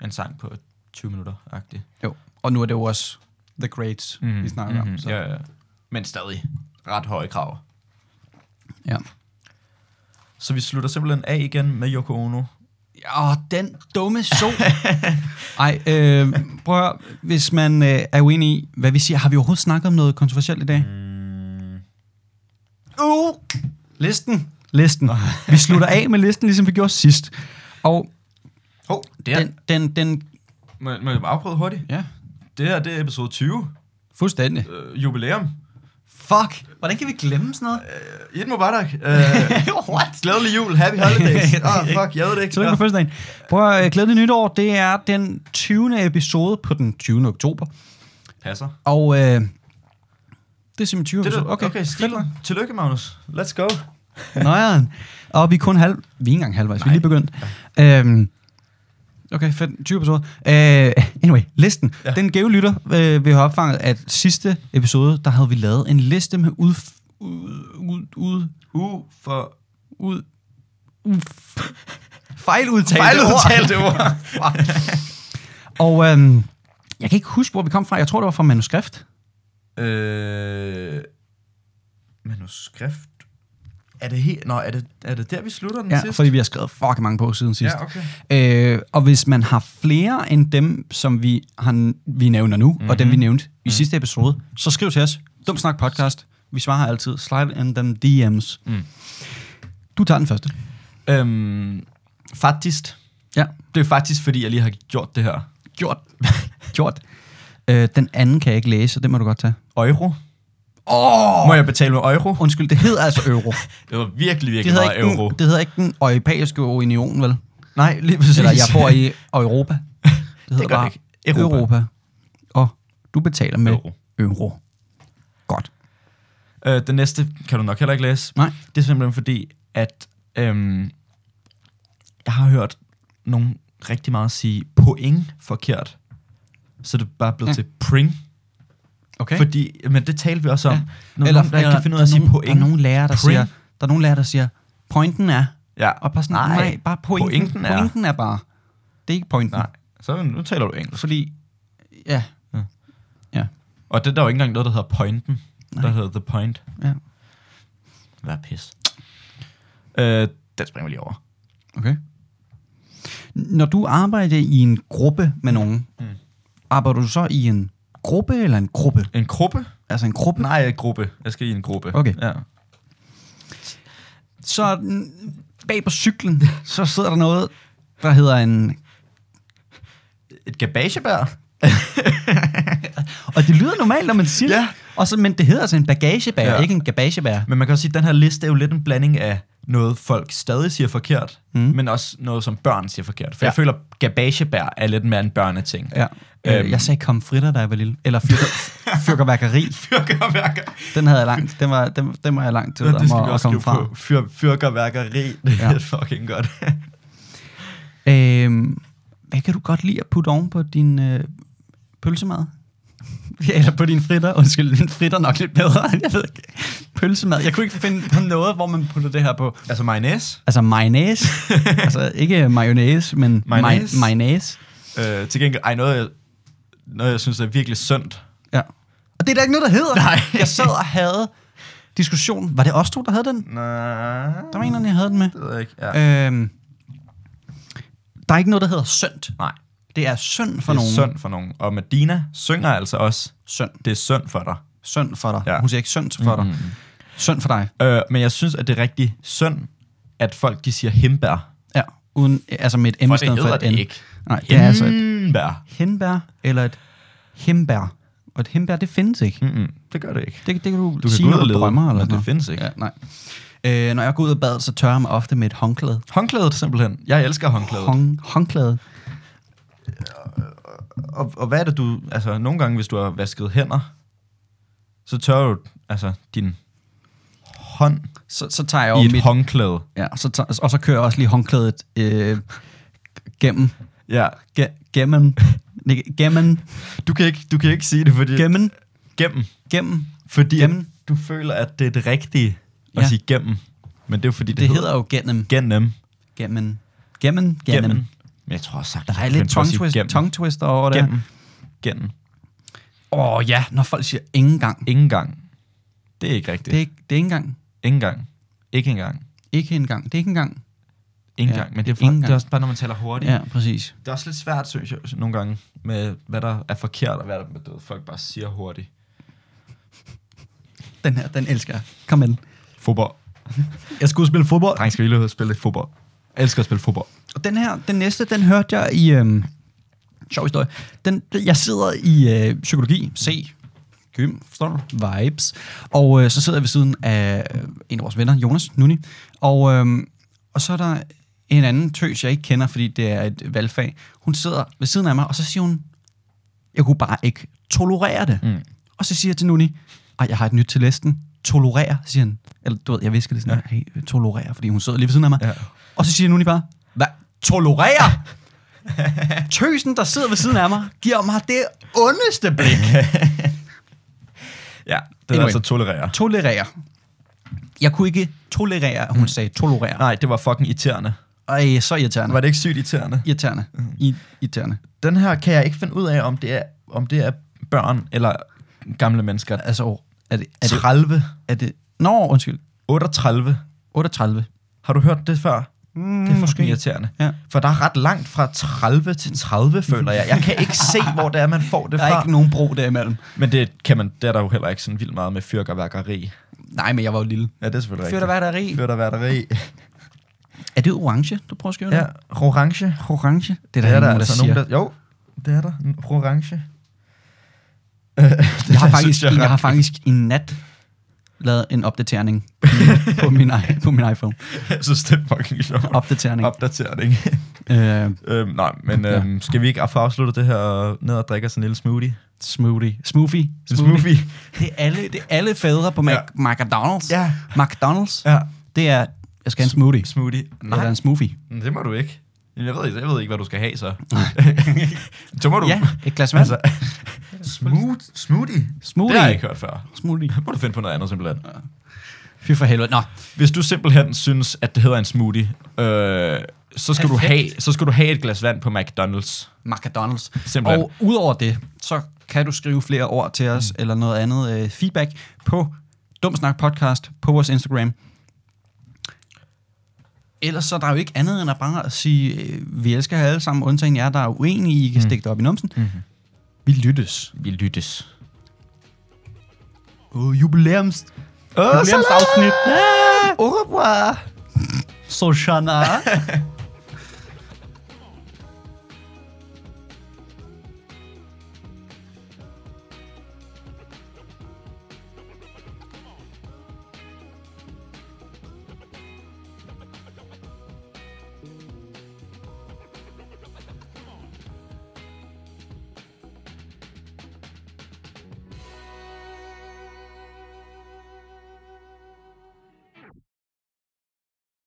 en sang på 20 minutter agtigt Jo, og nu er det jo også The Greats, vi snakker om. Mhm. Så. Ja, ja. Men stadig ret høje krav. Ja. Så vi slutter simpelthen af igen med Yoko Ono. Åh, den dumme so. Ej, øh, prøv at høre, hvis man øh, er uenig i, hvad vi siger, har vi overhovedet snakket om noget kontroversielt i dag? Mm. Uh, listen. Listen. vi slutter af med listen, ligesom vi gjorde sidst. Og Hov, det den, den, den, Må, må jeg afprøve hurtigt? ja, Det her, det er episode 20. fuldstændig. Øh, jubilæum. Fuck, hvordan kan vi glemme sådan noget? Øh, Id Mubarak. Øh, What? Glædelig jul, happy holidays. Åh, oh, fuck, jeg ved det ikke. Tillykke med Nå. fødselsdagen. Prøv at øh, glæde det nytår. Det er den 20. episode på den 20. oktober. Passer. Og øh, det er simpelthen 20. Det er episode. det. Okay, okay stil. fedt. Tillykke, Magnus. Let's go. Nøjeren. Og vi er kun halv... Vi er ikke engang halvvejs. Nej. Vi er lige begyndt. Øhm, okay, fedt. 20 episoder. Øh, anyway, listen. Ja. Den gave lytter øh, vil have opfanget, at sidste episode, der havde vi lavet en liste med ud... ud... ud... ud... U for... ud uf- fejludtalte Fejludtalte ord. ord. Og øhm, jeg kan ikke huske, hvor vi kom fra. Jeg tror, det var fra manuskript. øh, manuskript. Er det helt... Nå, er det, er det der, vi slutter den Ja, sidste? fordi vi har skrevet fucking mange på siden sidst. Ja, okay. Øh, og hvis man har flere end dem, som vi, han, vi nævner nu, mm-hmm. og dem vi nævnte i sidste episode, så skriv til os. Dum Snak Podcast. Vi svarer altid. Slide in them DM's. Mm. Du tager den første. Øhm, faktisk. Ja. Det er faktisk, fordi jeg lige har gjort det her. Gjort. Gjort. Øh, den anden kan jeg ikke læse, så det må du godt tage. Euro. Åh! Må Oh! jeg betale med euro? Undskyld, det hedder altså euro. Det var virkelig, Det virkelig hedder, meget ikke euro. den, det hedder ikke den europæiske union, vel? Nej, lige præcis. Eller jeg bor i Europa. Det hedder gør det bare ikke. Europa. Europa. Og du betaler med euro. Euro. euro. Godt. Øh, den næste kan du nok heller ikke læse. Nej. Det er simpelthen fordi, at øhm, jeg har hørt nogen rigtig meget sige point forkert. så er det bare blevet Ja. ja. til pring. Okay. Fordi, men det talte vi også om. Ja. Ja. Når eller, nogen, der ikke kan finde ud af at der er sige nogen- Der er point. nogen lærere, der Pring. siger, der er nogen lærere, der siger, pointen er, Ja. og bare sådan, nej, Nej, nej bare pointen, pointen, pointen er. er. pointen er bare. Det er ikke pointen. Nej, så nu taler du engelsk. Fordi, ja, Og det er der jo ikke engang noget, der hedder pointen. Nej. Nej. Der hedder the point. Ja. Hvad pis. Øh, den springer vi lige over. okay. Når du arbejder i en gruppe med nogen, mm. arbejder du så i en gruppe eller en gruppe? En gruppe? Altså en gruppe? Nej, en gruppe. Jeg skal i en gruppe. Okay. Ja. Så mm, bag på cyklen, så sidder der noget, der hedder en... Et gabagebær? Og det lyder normalt, når man siger det. Ja. Og så, men det hedder altså en bagagebær, ja. Ja. ikke en gabagebær. Men man kan også sige, at den her liste er jo lidt en blanding af noget, folk stadig siger forkert, mm. men også noget, som børn siger forkert. For Ja. ja. jeg føler, at gabagebær er lidt mere en børneting. Ja. Øhm. Øhm. Jeg sagde komfritter, da jeg var lille. Eller fyrker- fyrkerværkeri. Fyrkerværker. Den havde jeg langt. Den var, den, den var jeg langt til Det, det om skal vi at, at også komme skrive fra. på. Fyr, fyrkerværkeri. Det Ja. er fucking godt. Øhm, hvad kan du godt lide at putte oven på din øh, pølsemad? Ja, eller på din fritter. Undskyld, din fritter er nok lidt bedre. Jeg ved ikke. Pølsemad. Jeg kunne ikke finde på noget, hvor man putter det her på. altså mayonnaise, Altså mayonnaise. altså ikke mayonnaise, men mayonnaise. Mayonnaise. mayonnaise. øh, til gengæld, ej, noget, jeg, noget, jeg synes er virkelig sundt. Ja. Og det er der ikke noget, der hedder. Nej. Jeg sad og havde diskussion. Var det os to, der havde den? Nej, Der var en, af dem, jeg havde den med. det ved jeg ikke. Ja. Øhm, der er ikke noget, der hedder synd. Nej, Det er synd for det er nogen. synd for nogen. Og Medina synger altså også, Synd. det er synd for dig. Synd for dig. Ja. Ja. Hun siger ikke synd for dig. Synd for dig. Øh, men jeg synes, at det er rigtig synd, at folk de siger himbær. Ja. Uden, altså med et M i For stedet det for hedder et det N. ikke. Nej, det er Mm. altså et Himbær. henbær eller et hembær. Og et hembær, det findes ikke. Mm-mm, det gør det ikke. Det, det kan du, Mm. kan sige, gå ud når og du lede, drømmer. Eller men sådan det noget. findes ikke. Ja, nej. Øh, når jeg går ud af badet, så tørrer jeg mig ofte med et håndklæde. Håndklædet simpelthen. Jeg elsker håndklædet. Hånd, håndklæde. og, og hvad er det, du... Altså, nogle gange, hvis du har vasket hænder, så tørrer du altså, din hånd Så, så tager jeg og jo i et mit... mit... håndklæde. Ja, og så, tager, og så kører jeg også lige håndklædet øh, gennem Ja. Ge- Gemmen. Nikke- Gemmen. Du kan, ikke, du kan ikke sige det, fordi... Gemmen. Gennem. Gemmen. Fordi at Gennem. du føler, at det er det rigtige at Ja. ja. sige gennem. Men det er jo fordi, det, Det hedder jo gennem. gennem. Gemmen. Gemmen. Gemmen. Gennem. Men jeg tror også sagt, Der er lidt tongue, twist, tongue twister over det. Gennem. Gennem. Åh oh, ja, når folk siger ingen gang. Ingen gang. Det er ikke rigtigt. Det er, ikke, det er ikke engang. Ingen gang. Ikke engang. Ikke engang. Det er ikke engang. Ingen Ja, ja, gang. Men det er, for, ingen det gang. er også bare, når man taler hurtigt. Ja, præcis. Det er også lidt svært, synes jeg, nogle gange, med hvad der er forkert og hvad der er død. Folk bare siger hurtigt. Den her, den elsker jeg. Kom med den. Fodbold. Jeg skulle spille fodbold. Dreng, skal vi lige ud og spille lidt fodbold? Jeg elsker at spille fodbold. Og den her, den næste, den hørte jeg i... Øhm, sjov historie. Den, jeg sidder i øh, psykologi, C, gym, forstår du? Vibes. Og øh, så sidder jeg ved siden af øh, en af vores venner, Jonas Nuni. Og, øhm, og så er der en anden tøs, jeg ikke kender, fordi det er et valgfag. Hun sidder ved siden af mig, og så siger hun, jeg kunne bare ikke tolerere det. Mm. Og så siger jeg til Nuni, ej, jeg har et nyt til listen. Tolerere, siger han. Eller du ved, jeg visker det sådan, ja. hey, tolerere, fordi hun sidder lige ved siden af mig. Ja. Ja. Og så siger Nuni bare, hvad? Tolerere? Tøsen, der sidder ved siden af mig, giver mig det ondeste blik. Ja, det Anyway. er altså tolerere. Tolerere. Jeg kunne ikke tolerere, at hun sagde tolerere. Nej, det var fucking irriterende. Ej, så irriterende. Var det ikke sygt irriterende? Irriterende. I, irriterende. Den her kan jeg ikke finde ud af, om det er, om det er børn eller gamle mennesker. Altså, er det, er det, 30. er det... Nå, undskyld. 38. 38. Har du hørt det før? Mm, det er måske. fucking irriterende. Ja. For der er ret langt fra 30 til 30, føler jeg. Jeg kan ikke se, hvor det er, man får det Der er fra. ikke nogen bro derimellem. Men det kan man, der er der jo heller ikke sådan vildt meget med fyrkerværkeri. Nej, men jeg var jo lille. Ja, det er selvfølgelig Fyr der rigtigt. værderi. Fyrterværteri. Er det orange, du prøver at skrive Ja, det? orange. Orange? Det Det er der, er der nogen, der altså siger. nogen, der... Jo, det er der. En Orange. jeg, har synes faktisk, jeg jeg, er jeg ret- har faktisk i nat lavet en opdatering på min, i- på min iPhone. Jeg synes, det er fucking sjovt. Opdatering. Op. Opdatering. Øh, øhm, nej, men Ja. øhm, skal vi ikke få afsluttet det her og ned og drikke os en lille smoothie? smoothie. Smoothie. En smoothie? Det er alle, det er alle fædre på Mac, Ja. ja. McDonald's. Ja. McDonald's. Ja. Det er, jeg skal have en smoothie. Smoothie? Nej. Eller Nej, en smoothie. Mm, det må du ikke. Jeg ved, jeg ved ikke, hvad du skal have, så. så må du... Ja, et glas vand. Altså, smooth, smoothie? Det Smoothie. har jeg ikke hørt før. Smoothie. Må du finde på noget andet, simpelthen. Fy for helvede. Nå, Hvis du simpelthen synes, at det hedder en smoothie, øh, så, skal du Perfekt. have, så skal du have et glas vand på McDonald's. McDonald's. Simpelthen. Og udover det, så kan du skrive flere ord til os, mm. eller noget andet øh, feedback på Dumsnak Podcast på vores Instagram. Ellers så er der jo ikke andet end at bare at sige, øh, vi elsker jer alle sammen, undtagen jer, der er uenige, I kan mm. stikke det op i numsen. Mm-hmm. Vi lyttes. Vi lyttes. Oh, jubilæums. Åh, Jubilæumsafsnit. Au revoir. Soshana.